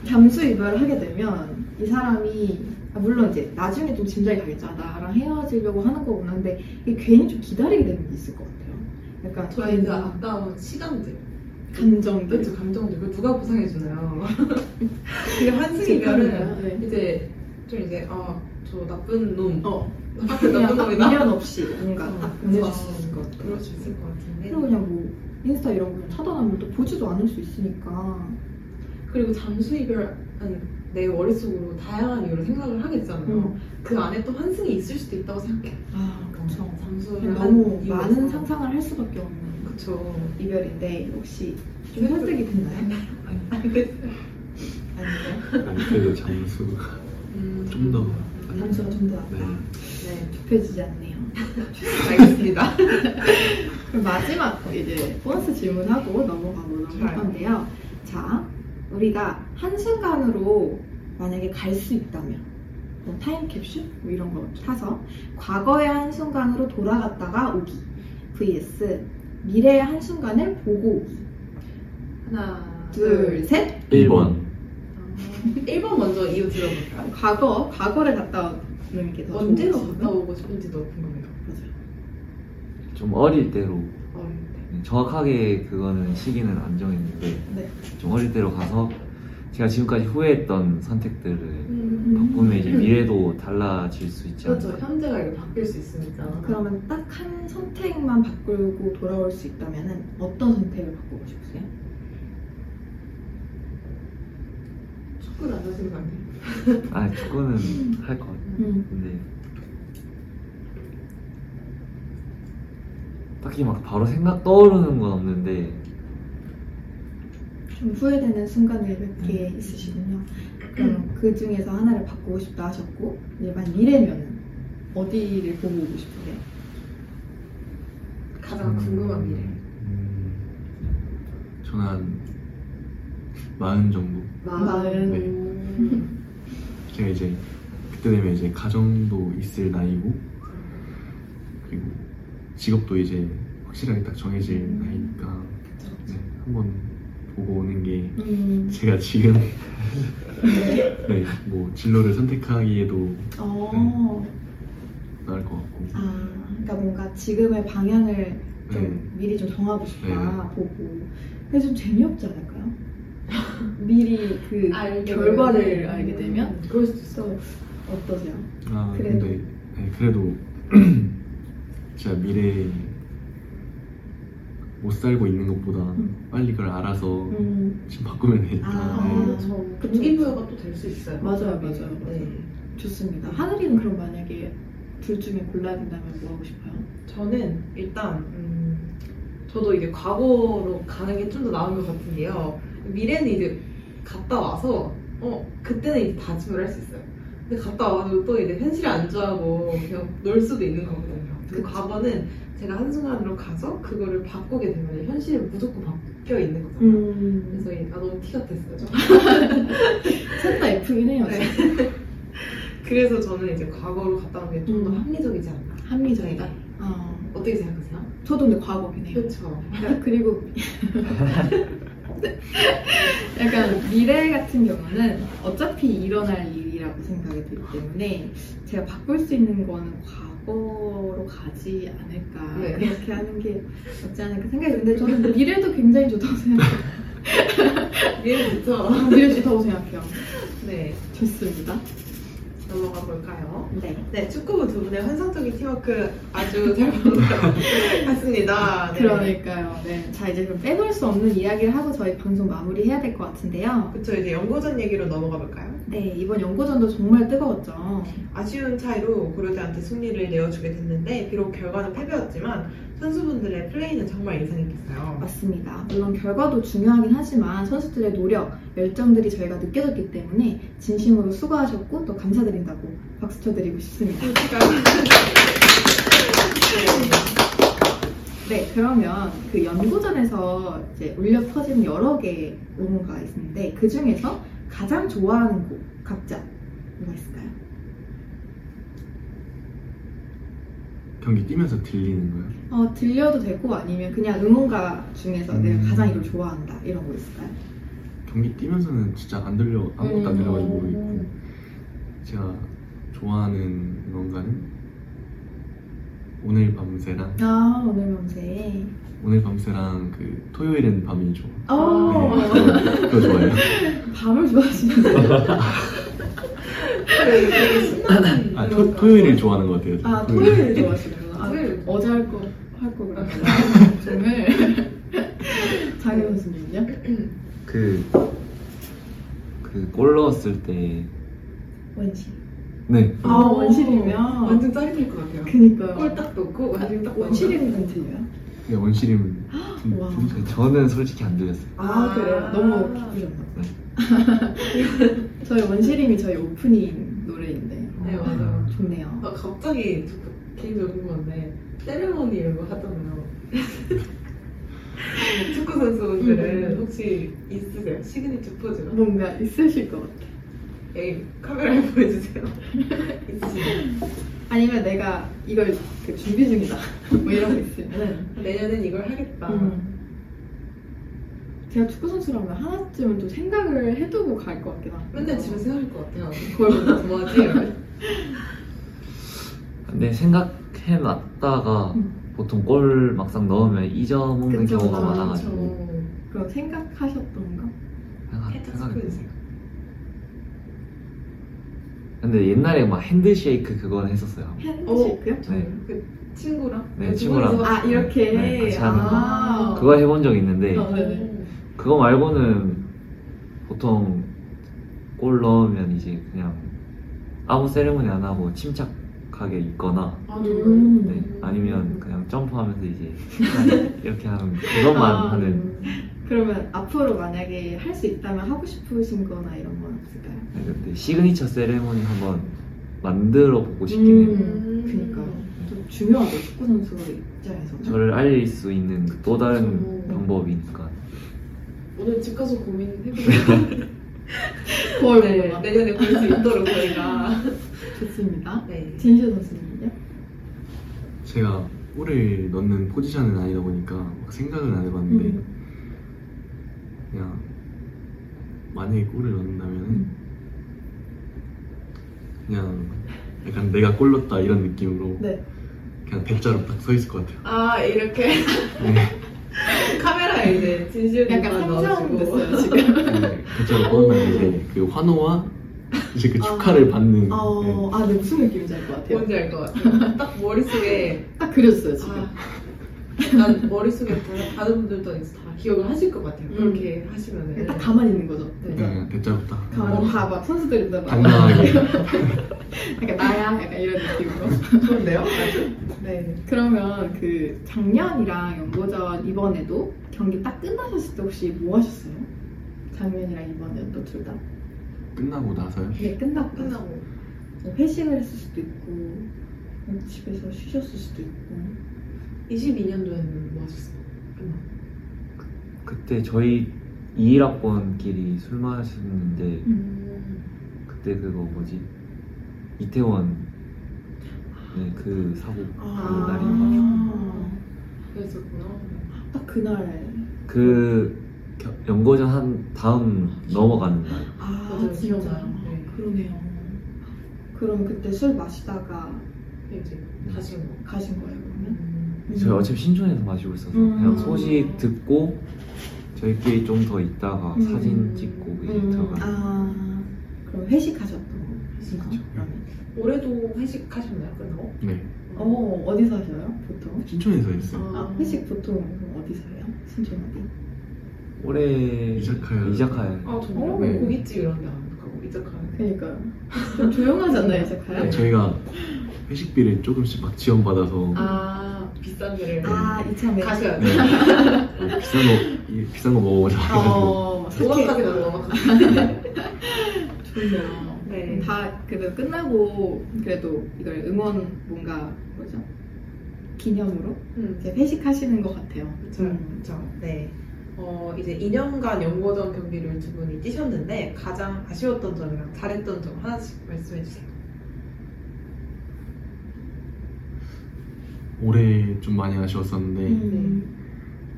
잠수 이별을 하게 되면 이 사람이 아, 물론 이제 나중에 좀 짐작이 가겠죠. 아, 나랑 헤어지려고 하는 거구나. 근데 이게 괜히 좀 기다리게 되는 게 있을 것 같아요. 네. 약간
저희가 아까 시간들,
감정들.
그렇죠 감정들 그 누가 보상해 주나요?
그 환승 이별은
감정들. 네.
이제 좀 이제 어, 아저 나쁜 놈,
어,
나쁜
그냥
나쁜
딱
놈이다.
미련 없이 뭔가
어,
보내줄
어,
수 있을 것 같아요.
그럴 수 있을 것 같은데.
그리고 그냥 뭐 인스타 이런 거 차단하면 또 보지도 않을 수 있으니까.
그리고 잠수 이별은 내 머릿속으로 다양한 이유로 생각을 하겠잖아요.
음.
그 안에 또 환승이 있을 수도 있다고 생각해.
아, 그렇죠.
잠수를
너무 많은 상상을 할 수밖에 없는
그렇죠.
이별인데 혹시 좀그 설득이 됐나요? 그 아니요.
네, 그래도 잠수 좀 더.
잠수가 좀더
네.
음. 네,
좁혀지지 않네요.
알겠습니다.
그럼 마지막 이제 보너스 질문하고 넘어가보도록 할
좋아요.
건데요. 자, 우리가 한순간으로 만약에 갈 수 있다면 뭐 타임캡슐 뭐 이런 거 타서 과거의 한순간으로 돌아갔다가 오기 vs 미래의 한순간을 보고 오기
하나, 둘, 음.
둘셋
1번.
1번 먼저 이유 들어볼까요?
과거 과거를 갔다 오는 게 더
언제로
좋은
갔다 오고 싶은지도 궁금해요.
좀 어릴 때로 네,
어릴 때.
정확하게 그거는 시기는 안 정했는데
네.
좀 어릴 때로 가서 제가 지금까지 후회했던 선택들을
음.
바꾸면 이제 미래도 달라질 수 있지
그렇죠.
않을까.
현재가 이렇게 바뀔 수 있으니까.
그러면 딱 한 선택만 바꾸고 돌아올 수 있다면 어떤 선택을 바꾸고 싶으세요?
축구를 안 하시는 거 아니에요?
아 축구는 할 것 같아요.
음.
근데 딱히 막 바로 생각 떠오르는 건 없는데
좀 후회되는 순간을 몇 개 있으시군요. 음. 그럼 그 중에서 하나를 바꾸고 싶다 하셨고 이제 만 미래면 어디를 보고 오고 싶으세요?
가장 궁금한 미래.
음, 저는 한 마흔 정도.
네.
마흔.
음.
제가 이제 그때 되면 이제 가정도 있을 나이고 그리고 직업도 이제 확실하게 딱 정해질
음.
나이니까 네, 한번 보고 오는 게
음,
제가 지금 네, 뭐 진로를 선택하기에도
어,
나을 것 같고
아, 그러니까 뭔가 지금의 방향을 좀
네,
미리 좀 정하고 싶다 보고. 근데 좀 재미없지 않을까요? 미리 그
알게
결과를
되면.
알게 되면 음.
그럴 수도 있어.
그래서 어떠세요?
아
그래도.
근데 네, 그래도 진짜 미래에 못 살고 있는 것보다
음.
빨리 그걸 알아서
음,
지금 바꾸면 되니까
아.
네.
그렇죠.
그쵸.
동기부여가 또 될 수 있어요.
맞아요, 맞아요,
네.
좋습니다. 하늘이는 그럼 만약에 둘 중에 골라야 된다면 뭐 하고 싶어요?
저는 일단 음, 저도 이제 과거로 가는 게 좀 더 나은 것 같은 게요. 미래는 이제 갔다 와서 어 그때는 이제 다짐을 할 수 있어요. 근데 갔다 와도 또 이제 현실에 안주하고 그냥 놀 수도 있는 거거든요. 근데
그쵸.
과거는 제가 한순간으로 가서 그거를 바꾸게 되면 현실에 무조건 바뀌어 있는 거잖아요.
음,
그래서 이- 아 너무 티 같았어요. 좀.
셋다 F긴 해요.
네. 그래서 저는 이제 과거로 갔다 온 게 좀 더
음.
합리적이지 않나.
합리적이다.
네.
어,
어떻게 생각하세요?
저도 근데 과거긴 해요.
그렇죠.
그리고 약간 미래 같은 경우는 어차피 일어날 일이라고 생각이 들기 때문에 제가 바꿀 수 있는 거는 과거로 가지 않을까
네.
그렇게 하는 게 맞지 않을까 생각이 드는데 저는 미래도 굉장히 좋다고 생각해요.
예,
미래는 좋죠.
미래 좋다고 생각해요.
네.
좋습니다.
넘어가 볼까요?
네.
네, 축구부 두 분의 환상적인 팀워크 아주 잘 본 것 같습니다. 네.
그러니까요. 네. 자 이제 그럼 빼놓을 수 없는 이야기를 하고 저희 방송 마무리해야 될 것 같은데요.
그쵸, 이제 연고전 얘기로 넘어가 볼까요?
네 이번 연고전도 정말 뜨거웠죠.
아쉬운 차이로 고려대한테 승리를 내어주게 됐는데 비록 결과는 패배였지만 선수분들의 플레이는 정말 인상깊었어요. 아,
맞습니다. 물론 결과도 중요하긴 하지만 선수들의 노력, 열정들이 저희가 느껴졌기 때문에 진심으로 수고하셨고 또 감사드린다고 박수 쳐드리고 싶습니다. 네, 그러면 그 연고전에서 이제 울려 퍼진 여러 개의 응원가 있는데 그 중에서 가장 좋아하는 곡 각자 뭐가 있을까요?
네. 경기 뛰면서 들리는 거예요?
어, 들려도 되고 아니면 그냥 응원가 중에서 내가
음.
가장 이걸 좋아한다 이런 거 있을까요?
경기 뛰면서는 진짜 안 들려 아무것도
네.
안 들려가지고 모르겠고 제가 좋아하는 응원가는 오늘 밤새랑
아 오늘 명세.
오늘 밤새랑 그 토요일엔 밤이 좋아
어
네, 그거- 그거 좋아해요
밤을 좋아하시는데.
네,
아, 토, 토요일을 좋아하는 것 같아요
네, 아
토요일.
토요일 좋아하시는구나. 아,
토요일.
어제 할 거 할거 그러면
정말
장현 선수님요?
그, 그, 골 넣었을 때,
원시.
네.
아 원시이면
완전 짜릿할 것 같아요.
그니까요.
골 딱 넣고 완전 딱
아, 원시이면 안 들려요?
네, 원시림은 좀-
와.
좀 잘-
저는 솔직히 안 들렸어요.
아 그래요? 너무 기쁘셨나 봐요. 저희 원시림이 저희 오프닝 노래인데
네 맞아요.
좋네요.
아, 갑자기 저- 개인적인 건데 세레모니 이런 거 하잖아요. 축구 선수들은
음. 뭐.
혹시 있으세요? 시그니처 포즈가?
뭔가 있으실 것 같아.
에이 카메라에 보여주세요. 있으시죠?
아니면 내가 이걸 그 준비 중이다. 뭐 이런 거 있으면은.
내년엔 이걸 하겠다.
음.
음.
제가 축구 선수라면 하나쯤은 좀 생각을 해두고 갈 것 같긴 하고.
맨날 집에 서 생각할 것 같아요. 그걸 보면서 뭐하지?
근데 생각해놨다가 보통 골 막상 넣으면 잊어먹는
음. 그쵸,
경우가
아,
많아가지고.
그럼 생각하셨던
어.
거?
생각-
살짝
생각이
스포해주세요.
근데 옛날에 막 핸드쉐이크 그건 했었어요.
핸드쉐이크요?
네.
그 친구랑?
네,
그
친구랑.
둘이서-
아 이렇게.
네, 같이 하는 거.
아.
그거 해본 적 있는데,
어, 네네.
그거 말고는 보통 골 넣으면 이제 그냥 아무 세레모니 안 하고 침착하게 있거나
아, 정말.
음.
네, 아니면 그냥 점프하면서 이제 그냥 이렇게 하는 그것만
아,
네.
하는
음. 그러면 앞으로 만약에 할 수 있다면 하고 싶으신 거나 이런 건 없을까요?
네, 근데 시그니처 세레모니 한번 만들어 보고 싶긴 해요.
음, 그니까요. 좀 중요하죠, 축구 선수 입장에서는.
저를 알릴 수 있는 그또 다른
그쵸.
방법이니까.
오늘 집 가서 고민해보겠습니다.
거울
네,
보거나.
내년에 볼 수 있도록 저희가.
좋습니다.
네.
진실 선수님은요?
제가 골을 넣는 포지션은 아니다 보니까 막 생각을 안 해봤는데
음.
그냥 만약에 골을 넣는다면
음.
은 그냥 약간 내가 골 넣었다 이런 느낌으로
네.
그냥 대자로 딱 서 있을 것 같아요.
아, 이렇게
네.
카메라에 이제 진실
약간
누가
상상
넣어주고.
됐어요, 지금.
네, 대자로 뻗으면 이제 그 환호와 이제 그 축하를 받는
아,
네.
어, 아, 네, 무슨 느낌인지 알 것 같아요.
뭔지 알 것 같아요. 딱 머릿속에
딱 그렸어요, 지금.
아, 난 머릿속에 다, 다른 분들도 이제 다 기억을 하실 것 같아요.
음.
그렇게 하시면은. 네.
딱 가만히 있는 거죠.
그냥 대자로 네. 딱
가만히 다 막 선수들이 다 막.
당당하게
약간 나야? 약간 이런 느낌으로.
좋은데요?
네. 그러면 그 작년이랑 연고전 이번에도 경기 딱 끝나셨을 때 혹시 뭐 하셨어요? 작년이랑 이번에도 둘 다?
끝나고 나서요.
네, 끝나고. 나서
끝나고.
뭐 회식을 했을 수도 있고, 뭐 집에서 쉬셨을 수도 있고.
22년도에는 뭐 하셨어요? 끝나.
그때 저희 2일 학번끼리 술 마셨는데
음.
그때 그거 뭐지 이태원 네, 그 사고
아.
그 날인가
그랬었구나.
딱 그날.
그 겨- 연고전 한 다음 넘어가는 날
아,
맞아요,
기억나요.
진짜. 네.
그러네요. 그럼 그때 술 마시다가
근데 이제 다시 뭐.
가신 거예요, 그러면?
음.
저희 어차피 신촌에서 마시고 있어서
음.
그냥 소식 듣고 저희끼리 좀 더 있다가
음.
사진 찍고 이제 들어가 요
아, 그럼 회식하셨던 거. 회식
그쵸.
그러면.
올해도 회식하셨나요? 끝나고?
네,
어, 어디서 하셔요, 보통?
신촌에서 했어요.
아, 회식 보통 그럼 어디서 해요? 신촌 어디?
올해
이자카야.
이자카야
아, 정말?
어,
네.
고깃집 이런 데안 가고 이자카야.
그니까요. 좀 조용하지 않나요, 이제 가요?
네, 저희가 회식비를 조금씩 막 지원받아서
아, 비싼 데를
아, 이참에.
가셔야
네.
돼.
어, 비싼 거 이- 비싼 거 먹어보자. 해가지고
어,
오락가게
너무
가서 넘어가.
좋네요.
네.
다 그래도 끝나고 그래도 이걸 응원 뭔가 뭐죠? 기념으로
음,
이제 회식하시는 것 같아요. 음.
그쵸, 그쵸. 네. 어, 이제 2년간 연고전 경기를 두 분이 뛰셨는데 가장 아쉬웠던 점이랑 잘했던 점 하나씩 말씀해 주세요.
올해 좀 많이
네.
아쉬웠었는데
음,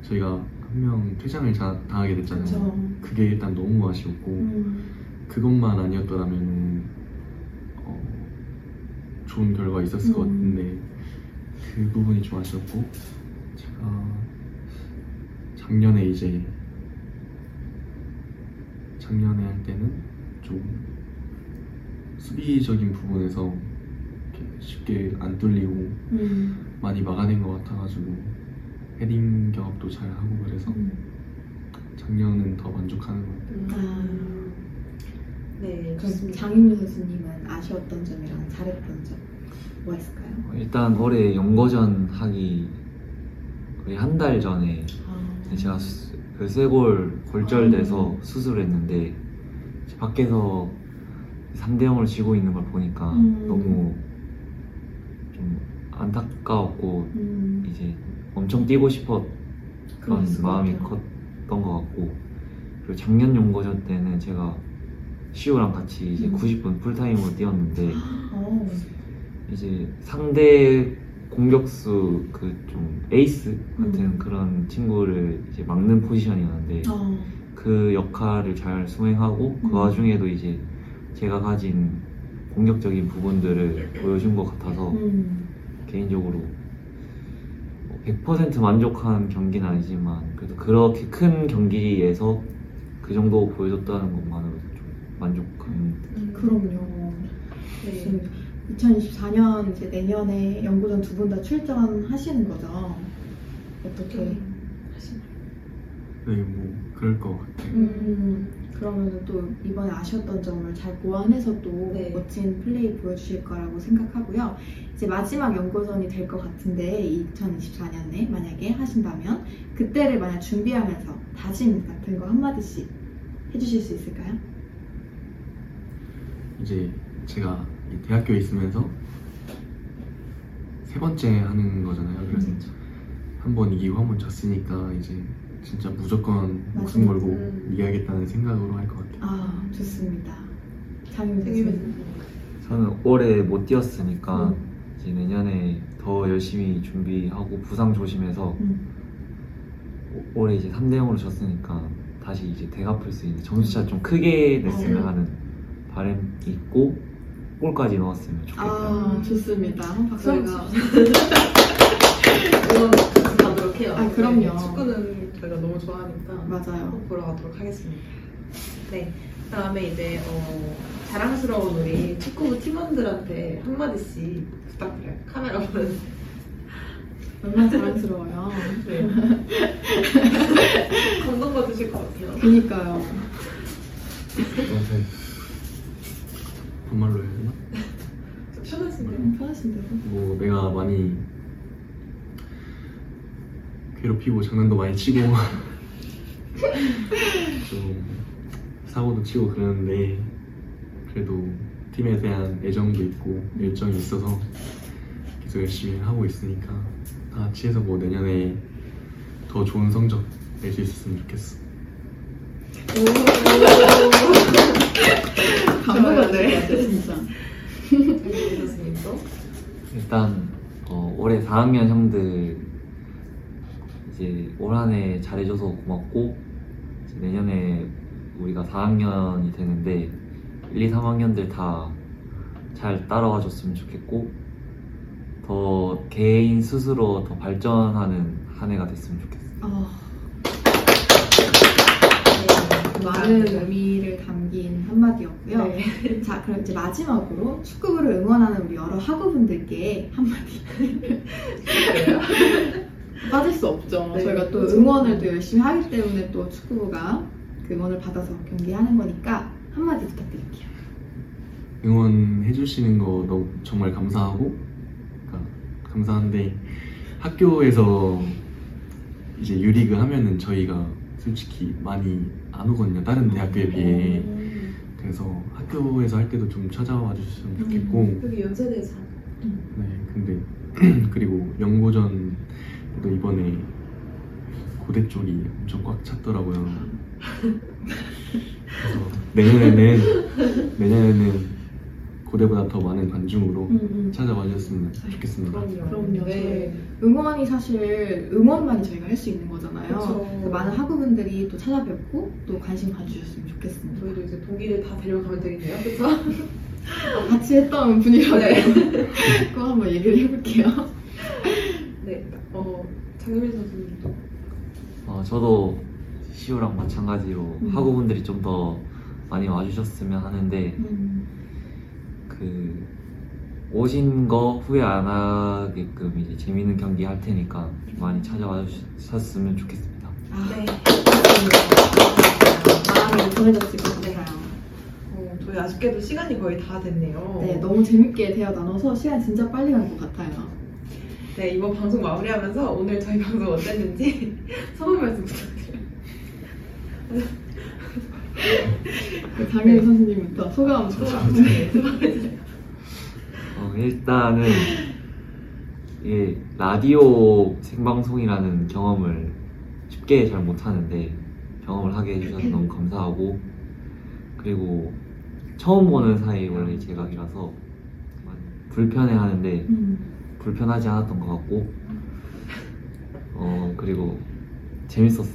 저희가 한 명 퇴장을 자- 당하게 됐잖아요.
그쵸.
네, 그게 일단 너무 아쉬웠고
음,
그것만 아니었더라면 어, 좋은 결과 있었을 것
음.
같은데 그 부분이 좀 아쉬웠고 제가 작년에 이제 작년에 할 때는 좀 수비적인 부분에서 이렇게 쉽게 안 뚫리고
음,
많이 막아낸 것 같아가지고 헤딩 경합도 잘 하고 그래서
음.
작년은 더 만족하는 것 같아요.
음.
아,
네,
그럼
좋습니다.
장인민 선수님은 아쉬웠던 점이랑 잘했던 점 뭐가 있을까요?
일단 올해 연거전 하기 거의 한 달 전에 제가 수- 그 쇄골
음.
골절돼서 수술했는데 이제 밖에서 3대 0으로 지고 있는 걸 보니까
음.
너무 좀 안타까웠고
음,
이제 엄청 뛰고 싶었던
그럴 수가
마음이 어.
없죠.
컸던 것 같고 그리고 작년 연거전 때는 제가 시우랑 같이 이제
음.
90분 풀타임으로 뛰었는데
어,
이제 상대 공격수 그 좀 에이스 같은
음.
그런 친구를 이제 막는 포지션이었는데
어,
그 역할을 잘 수행하고
음.
그 와중에도 이제 제가 가진 공격적인 부분들을 보여준 것 같아서
음,
개인적으로 100% 만족한 경기는 아니지만 그래도 그렇게 큰 경기에서 그 정도 보여줬다는 것만으로도 좀 만족감
음.
그럼요.
네.
지금 2024년 이제 내년에 연구전 두 분 다 출전하시는 거죠? 어떻게?
네.
음.
네, 뭐 그럴 것 같아요.
음, 그러면 또 이번에 아쉬웠던 점을 잘 보완해서 또
네.
멋진 플레이 보여주실 거라고 생각하고요. 이제 마지막 연구전이 될 것 같은데 2024년에 만약에 하신다면 그때를 만약 준비하면서 다짐 같은 거 한마디씩 해주실 수 있을까요?
이제 제가 이 대학교에 있으면서 세 번째 하는 거잖아요. 그래서 한 번 이기고 한 번 졌으니까 이제 진짜 무조건 목숨 걸고
음.
이겨야겠다는 생각으로 할 것 같아요.
아, 좋습니다. 장윤
생일면
교수님.
저는 올해 못 뛰었으니까
음.
이제 내년에 더 열심히 준비하고 부상 조심해서
음.
오- 올해 이제 3대 0으로 졌으니까 다시 이제 대 갚을 수 있는 점수차 좀 크게 냈으면
음.
하는 바람 이 있고 골까지 넣었으면 좋겠다.
아, 좋습니다. 박수 한번
저희가 응원 받도록 해요.
아, 그럼요.
네, 축구는 저희가 너무 좋아하니까
맞아요.
꼭 보러 가도록 하겠습니다. 네, 그다음에 이제 어, 자랑스러운 우리 축구부 팀원들한테 한 마디씩 부탁드려요. 카메라 보면서.
얼마나 자랑스러워요.
네. 감동받으실 것 같아요.
그니까요.
그래서 반말로 해야 되나?
좀 편하신데요?
음, 편하신데요.
뭐 내가 많이 괴롭히고 장난도 많이 치고 좀 사고도 치고 그러는데 그래도 팀에 대한 애정도 있고 열정이 있어서 계속 열심히 하고 있으니까 다 같이 해서 뭐 내년에 더 좋은 성적 낼 수 있었으면 좋겠어.
감동받네. 진짜.
네, 교수님도.
일단 어, 올해 4학년 형들 이제 올 한해 잘해줘서 고맙고 이제 내년에 우리가 4학년이 되는데 1, 2, 3학년들 다 잘 따라와 줬으면 좋겠고 더 개인 스스로 더 발전하는 한 해가 됐으면 좋겠어요.
아,
네,
많은
감사합니다.
의미를 담긴 한마디였고요.
네.
자, 그럼 이제 마지막으로 축구부를 응원하는 우리 여러 학우분들께 한마디. 빠질 수 없죠.
네,
저희가 또
그렇죠.
응원을 또 열심히 하기 때문에 또 축구부가 그 응원을 받아서 경기하는 거니까 한마디 부탁드릴게요.
응원해 주시는 거 너무 정말 감사하고 그러니까 감사한데 학교에서 이제 유리그 하면은 저희가 솔직히 많이 안 오거든요 다른 대학교에 비해
음,
그래서 학교에서 할 때도 좀 찾아와 주셨으면 좋겠고
여기 연세대에서
네 근데 그리고 연고전도 이번에 고대 쪽이 엄청 꽉 찼더라고요 그래서 내년에는 내년에는 고대보다 더 많은 관중으로
음, 음.
찾아와 주셨으면 좋겠습니다.
그럼요.
네.
응원이 사실 응원만이 저희가 할 수 있는 거잖아요.
그쵸.
그래서 많은 학우분들이 또 찾아뵙고 또 관심 가져주셨으면 좋겠습니다.
저희도 이제 동기를 다 데려가면 되겠네요. 그쵸?
같이 했던 분이라고
네.
꼭 한번 얘기를 해볼게요.
네. 어, 장유민 선수님도.
어, 저도 시우랑 마찬가지로
음.
학우분들이 좀 더 많이 와주셨으면 하는데
음,
그 오신 거 후회 안 하게끔 이제 재밌는 경기 할 테니까 좀 많이 찾아와 주셨으면 좋겠습니다.
아,
네.
마음이 전해졌을 것 같아요.
어, 저희 아쉽게도 시간이 거의 다 됐네요.
네, 너무 재밌게 대화 나눠서 시간 진짜 빨리 간 것 같아요.
네, 이번 방송 마무리하면서 오늘 저희 방송 어땠는지
소감 말씀 부탁드려요.
그 장윤 선생님부터 소감 좀.
아, 네.
어, 일단은 이게 라디오 생방송이라는 경험을 쉽게 잘 못하는데 경험을 하게 해주셔서 너무 감사하고 그리고 처음 보는 사이 원래 제각이라서 많이 불편해하는데
음,
불편하지 않았던 것 같고 어 그리고 재밌었어요.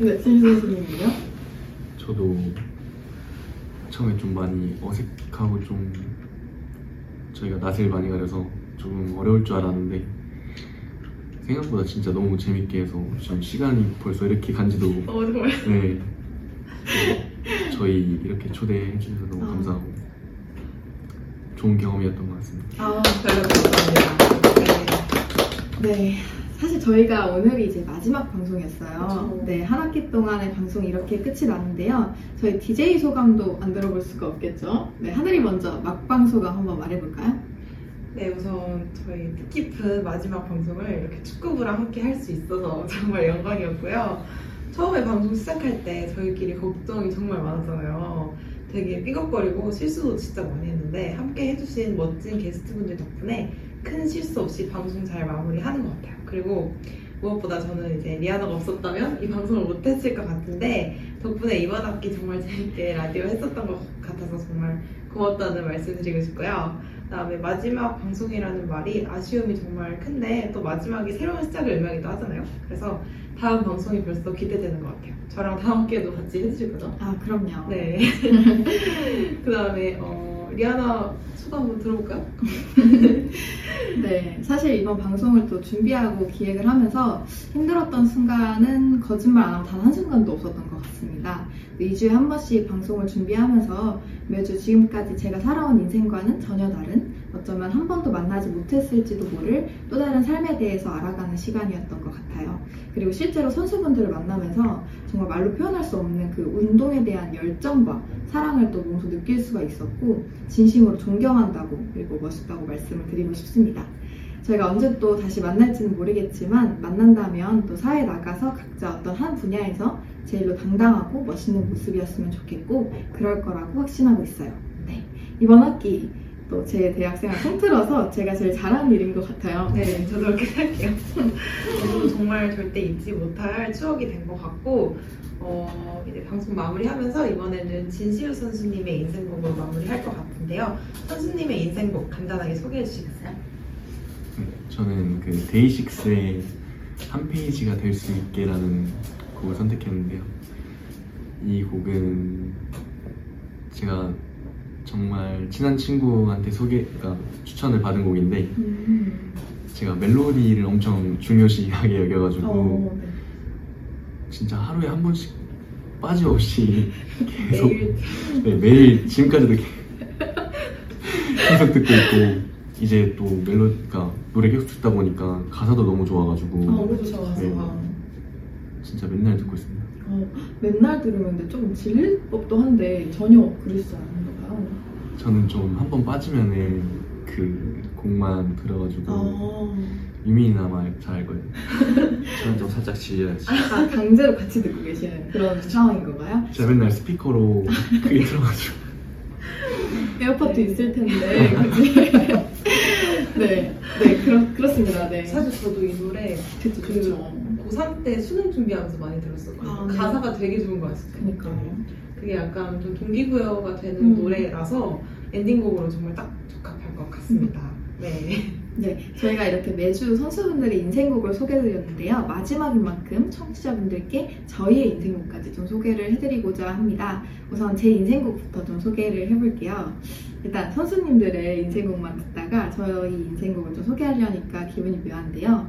네, 장윤 선생님이요.
저도 처음에 좀 많이 어색하고 좀 저희가 낯을 많이 가려서 조금 어려울 줄 알았는데 생각보다 진짜 너무 재밌게 해서 참 시간이 벌써 이렇게 간지도
어, 정말.
네 저희 이렇게 초대해 주셔서 너무
아.
감사하고 좋은 경험이었던 것 같습니다.
아,
별로 감사합니다.
네. 사실 저희가 오늘이 이제 마지막 방송이었어요.
그쵸.
네, 한 학기 동안의 방송 이렇게 끝이 났는데요. 저희 DJ 소감도 안 들어볼 수가 없겠죠? 네, 하늘이 먼저 막방 소감 한번 말해볼까요?
네. 네, 우선 저희 뜻깊은 마지막 방송을 이렇게 축구부랑 함께 할 수 있어서 정말 영광이었고요. 처음에 방송 시작할 때 저희끼리 걱정이 정말 많았잖아요. 되게 삐걱거리고 실수도 진짜 많이 했는데 함께 해주신 멋진 게스트분들 덕분에 큰 실수 없이 방송 잘 마무리하는 것 같아요. 그리고 무엇보다 저는 이제 리아나가 없었다면 이 방송을 못했을 것 같은데 덕분에 이번 학기 정말 재밌게 라디오 했었던 것 같아서 정말 고맙다는 말씀 드리고 싶고요. 그다음에 마지막 방송이라는 말이 아쉬움이 정말 큰데 또 마지막이 새로운 시작을 의미하기도 하잖아요. 그래서 다음 방송이 벌써 기대되는 것 같아요. 저랑 다음 기회도 같이 해주실 거죠?
아, 그럼요.
네. 그 다음에, 어, 리아나 소감 한번 들어볼까요?
네, 사실 이번 방송을 또 준비하고 기획을 하면서 힘들었던 순간은 거짓말 안 하고 단 한 순간도 없었던 것 같습니다. 2주에 한 번씩 방송을 준비하면서 매주 지금까지 제가 살아온 인생과는 전혀 다른 어쩌면 한 번도 만나지 못했을지도 모를 또 다른 삶에 대해서 알아가는 시간이었던 것 같아요. 그리고 실제로 선수분들을 만나면서 정말 말로 표현할 수 없는 그 운동에 대한 열정과 사랑을 또 몸소 느낄 수가 있었고 진심으로 존경한다고 그리고 멋있다고 말씀을 드리고 싶습니다. 저희가 언제 또 다시 만날지는 모르겠지만 만난다면 또 사회에 나가서 각자 어떤 한 분야에서 제일로 당당하고 멋있는 모습이었으면 좋겠고 그럴 거라고 확신하고 있어요. 네. 이번 학기 또 제 대학생활 통틀어서 제가 제일 잘한 일인 것 같아요.
네, 저도 그렇게 생각해요. 저도 정말 절대 잊지 못할 추억이 된 것 같고, 어, 이제 방송 마무리하면서 이번에는 진시우 선수님의 인생곡으로 마무리할 것 같은데요. 선수님의 인생곡 간단하게 소개해 주시겠어요?
네, 저는 그 데이식스의 한 페이지가 될 수 있게라는 곡을 선택했는데요. 이 곡은 제가 정말 친한 친구한테 소개, 그 추천을 받은 곡인데
음.
제가 멜로디를 엄청 중요시하게 여겨가지고
어, 네.
진짜 하루에 한 번씩 빠짐없이 계속
매일
네, 매일 지금까지도 계- 계속 듣고 있고 이제 또 멜로디가 그러니까 노래 계속 듣다 보니까 가사도 너무 좋아가지고
어,
그렇죠.
네. 진짜 맨날 듣고 있습니다.
어, 맨날 들으면 근데 좀 질릴 법도 한데 전혀 그러시지 않은가 봐요.
저는 좀 한 번 빠지면은 그 곡만 들어가지고
아,
유민이나마 잘알 거예요.
저는 좀 살짝 질려야지.
아, 강제로 같이 듣고 계시는 그런 상황인 건가요?
제가 맨날 스피커로 크게 틀어가지고
에어팟도 있을 텐데, 그치? 네, 네, 그렇, 그렇습니다. 네.
사실 저도 이 노래
그쵸, 그쵸.
고3 때 수능 준비하면서 많이 들었었거든요.
아, 네.
가사가 되게 좋은 거 같아요.
그니까요.
그게 약간 좀 동기부여가 되는
음.
노래라서 엔딩곡으로 정말 딱 적합할 것 같습니다. 네.
네, 저희가 이렇게 매주 선수분들의 인생곡을 소개해드렸는데요. 마지막인 만큼 청취자분들께 저희의 인생곡까지 좀 소개를 해드리고자 합니다. 우선 제 인생곡부터 좀 소개를 해볼게요. 일단 선수님들의 인생곡만 듣다가 저희 인생곡을 좀 소개하려니까 기분이 묘한데요.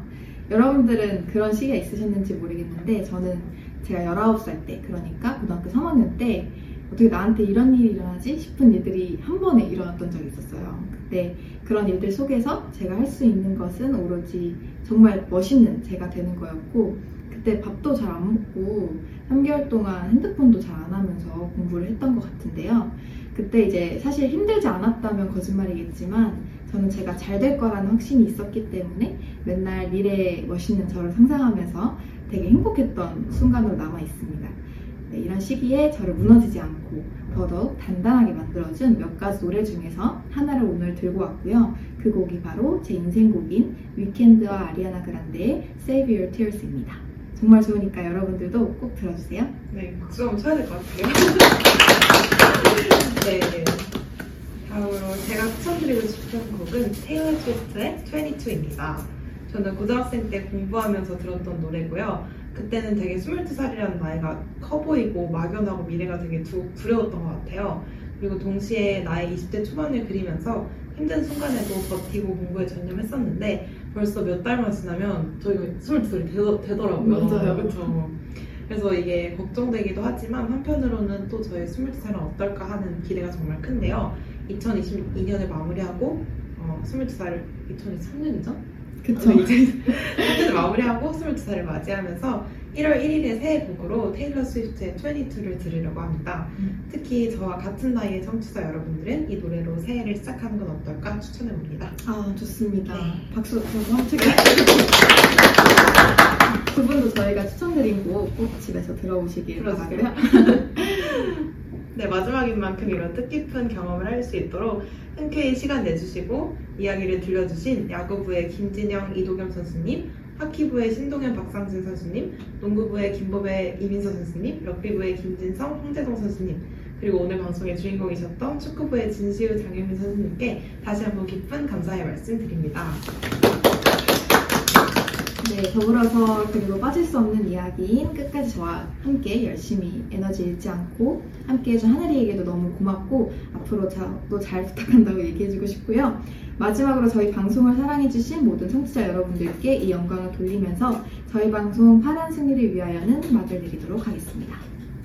여러분들은 그런 시기가 있으셨는지 모르겠는데 저는 제가 19살 때, 그러니까 고등학교 3학년 때 어떻게 나한테 이런 일이 일어나지 싶은 일들이 한 번에 일어났던 적이 있었어요. 그때 그런 일들 속에서 제가 할 수 있는 것은 오로지 정말 멋있는 제가 되는 거였고 그때 밥도 잘 안 먹고 3개월 동안 핸드폰도 잘 안 하면서 공부를 했던 것 같은데요. 그때 이제 사실 힘들지 않았다면 거짓말이겠지만 저는 제가 잘 될 거라는 확신이 있었기 때문에 맨날 미래의 멋있는 저를 상상하면서 되게 행복했던 순간으로 남아 있습니다. 네, 이런 시기에 저를 무너지지 않고 더더욱 단단하게 만들어준 몇 가지 노래 중에서 하나를 오늘 들고 왔고요. 그 곡이 바로 제 인생곡인 위켄드와 아리아나 그란데의 Save Your Tears입니다. 정말 좋으니까 여러분들도 꼭 들어주세요.
네, 박수 한번 쳐야 될 것 같아요. 네, 어, 네.
다음으로 제가 추천드리고 싶은 곡은 테일러 스위프트의 22입니다. 저는 고등학생 때 공부하면서 들었던 노래고요. 그때는 되게 22살이라는 나이가 커 보이고 막연하고 미래가 되게 두, 두려웠던 것 같아요. 그리고 동시에 나의 20대 초반을 그리면서 힘든 순간에도 버티고 공부에 전념했었는데 벌써 몇 달만 지나면 저희가 22살이 되더, 되더라고요.
맞아요.
그렇죠. 그래서 이게 걱정되기도 하지만 한편으로는 또 저의 22살은 어떨까 하는 기대가 정말 큰데요. 2022년을 마무리하고 어, 22살, 2023년이죠?
그쵸?
을 마무리하고 22살을 맞이하면서 1월 1일의 새해 곡으로 테일러 스위프트의 22를 들으려고 합니다.
음.
특히 저와 같은 나이의 청취자 여러분들은 이 노래로 새해를 시작하는 건 어떨까 추천해봅니다.
아, 좋습니다.
네.
박수 한번 합칠까요? 두 분도 저희가 추천드린 곡 꼭 집에서 들어보시길
들어주세요.
바라고요.
네, 마지막인 만큼 이런 뜻깊은 경험을 할 수 있도록 흔쾌히 시간 내주시고 이야기를 들려주신 야구부의 김진영, 이도겸 선수님, 하키부의 신동현, 박상진 선수님, 농구부의 김보배, 이민서 선수님, 럭비부의 김진성, 홍재동 선수님, 그리고 오늘 방송의 주인공이셨던 축구부의 진시우, 장현민 선수님께 다시 한번 깊은 감사의 말씀 드립니다.
네, 더불어서 그리고 빠질 수 없는 이야기인 끝까지 저와 함께 열심히 에너지 잃지 않고 함께 해준 하늘이에게도 너무 고맙고 앞으로 또 잘 부탁한다고 얘기해주고 싶고요. 마지막으로 저희 방송을 사랑해주신 모든 청취자 여러분들께 이 영광을 돌리면서 저희 방송 파란 승리를 위하여는 맛을 드리도록 하겠습니다.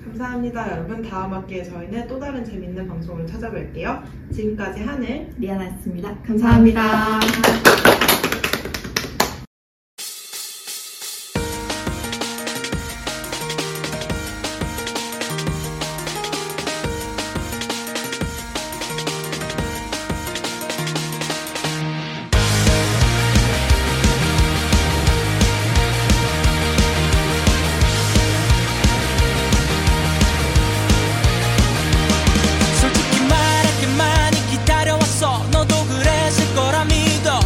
감사합니다, 여러분. 다음 학기에 저희는 또 다른 재밌는 방송으로 찾아뵐게요. 지금까지 하늘,
리아나였습니다. 감사합니다.
솔직히 말할게 많이 기다려왔어 너도 그랬을 거라 믿어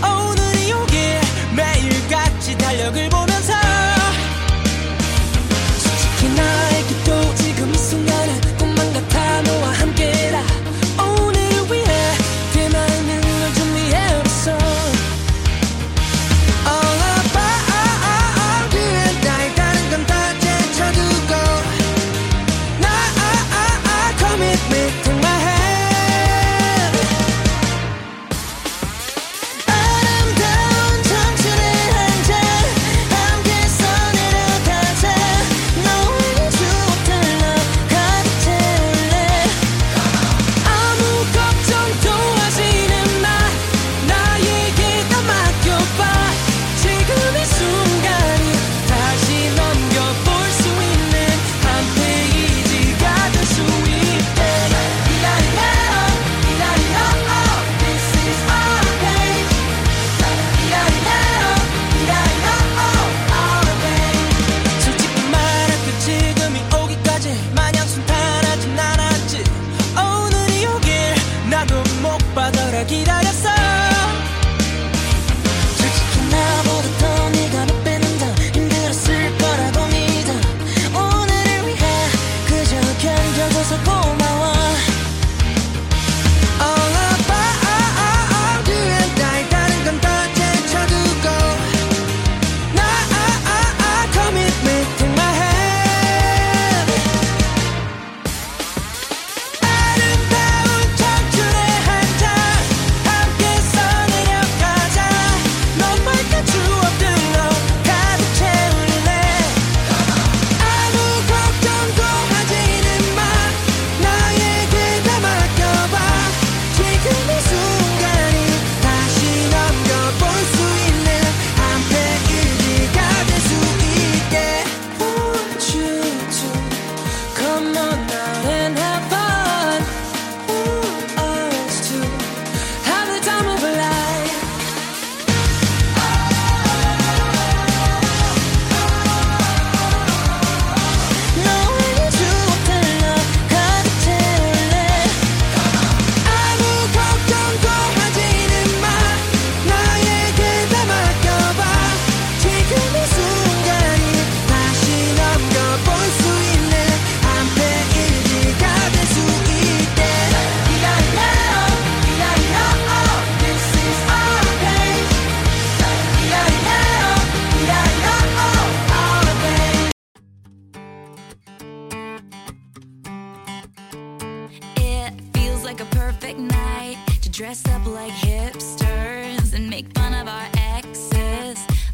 Oh 어, 그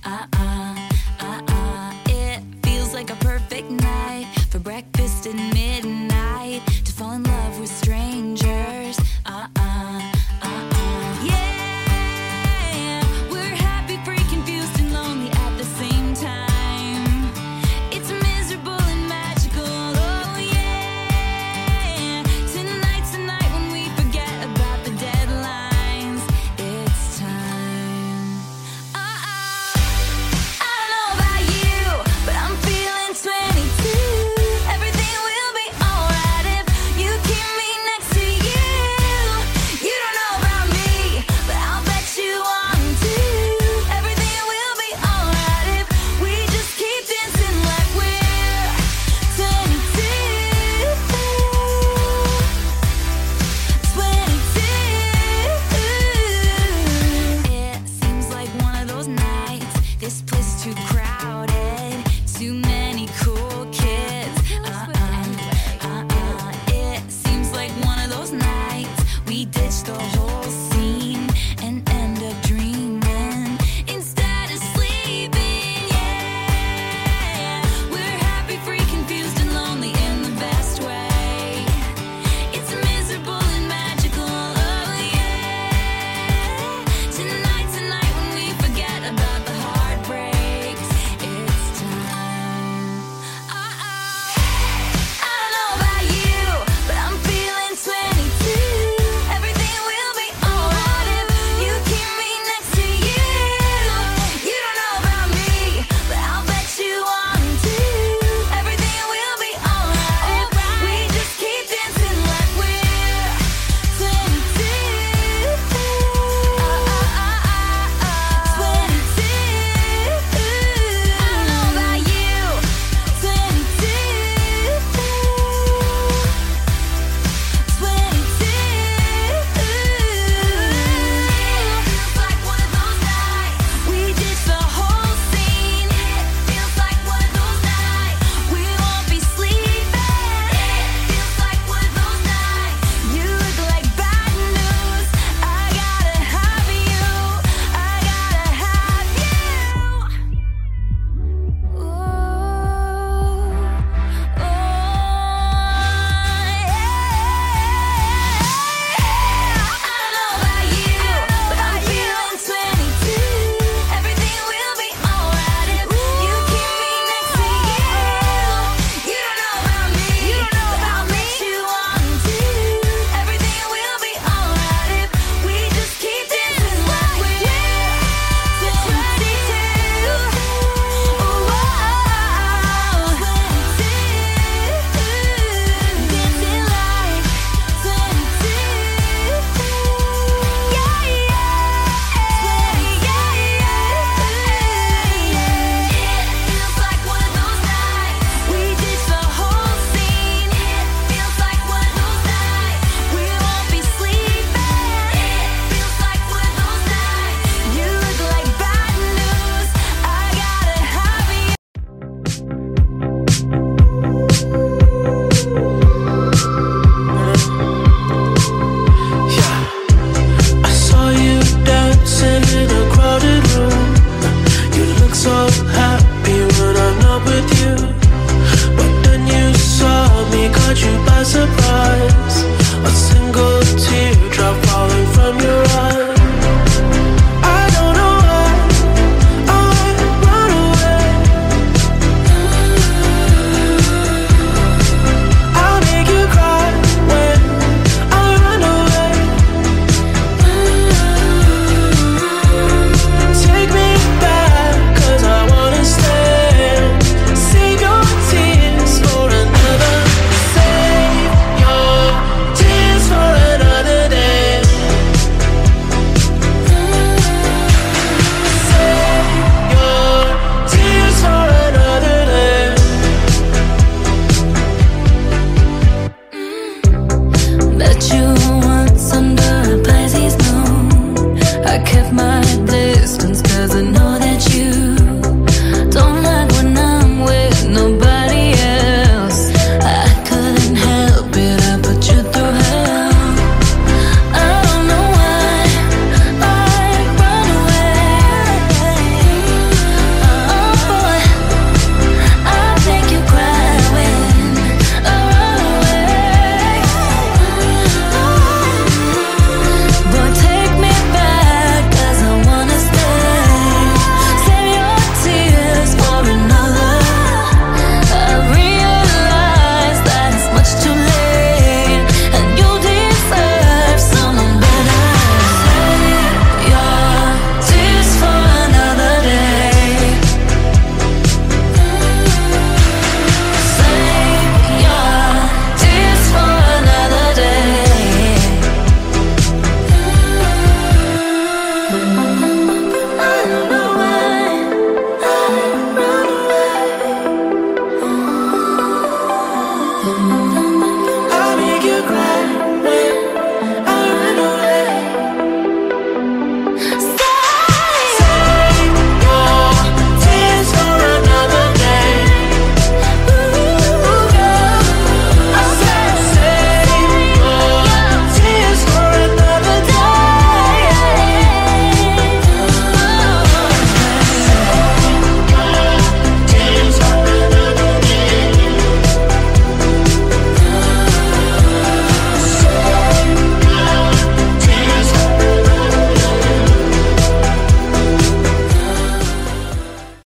Uh-uh, Uh-uh, Oh, This place too crowded.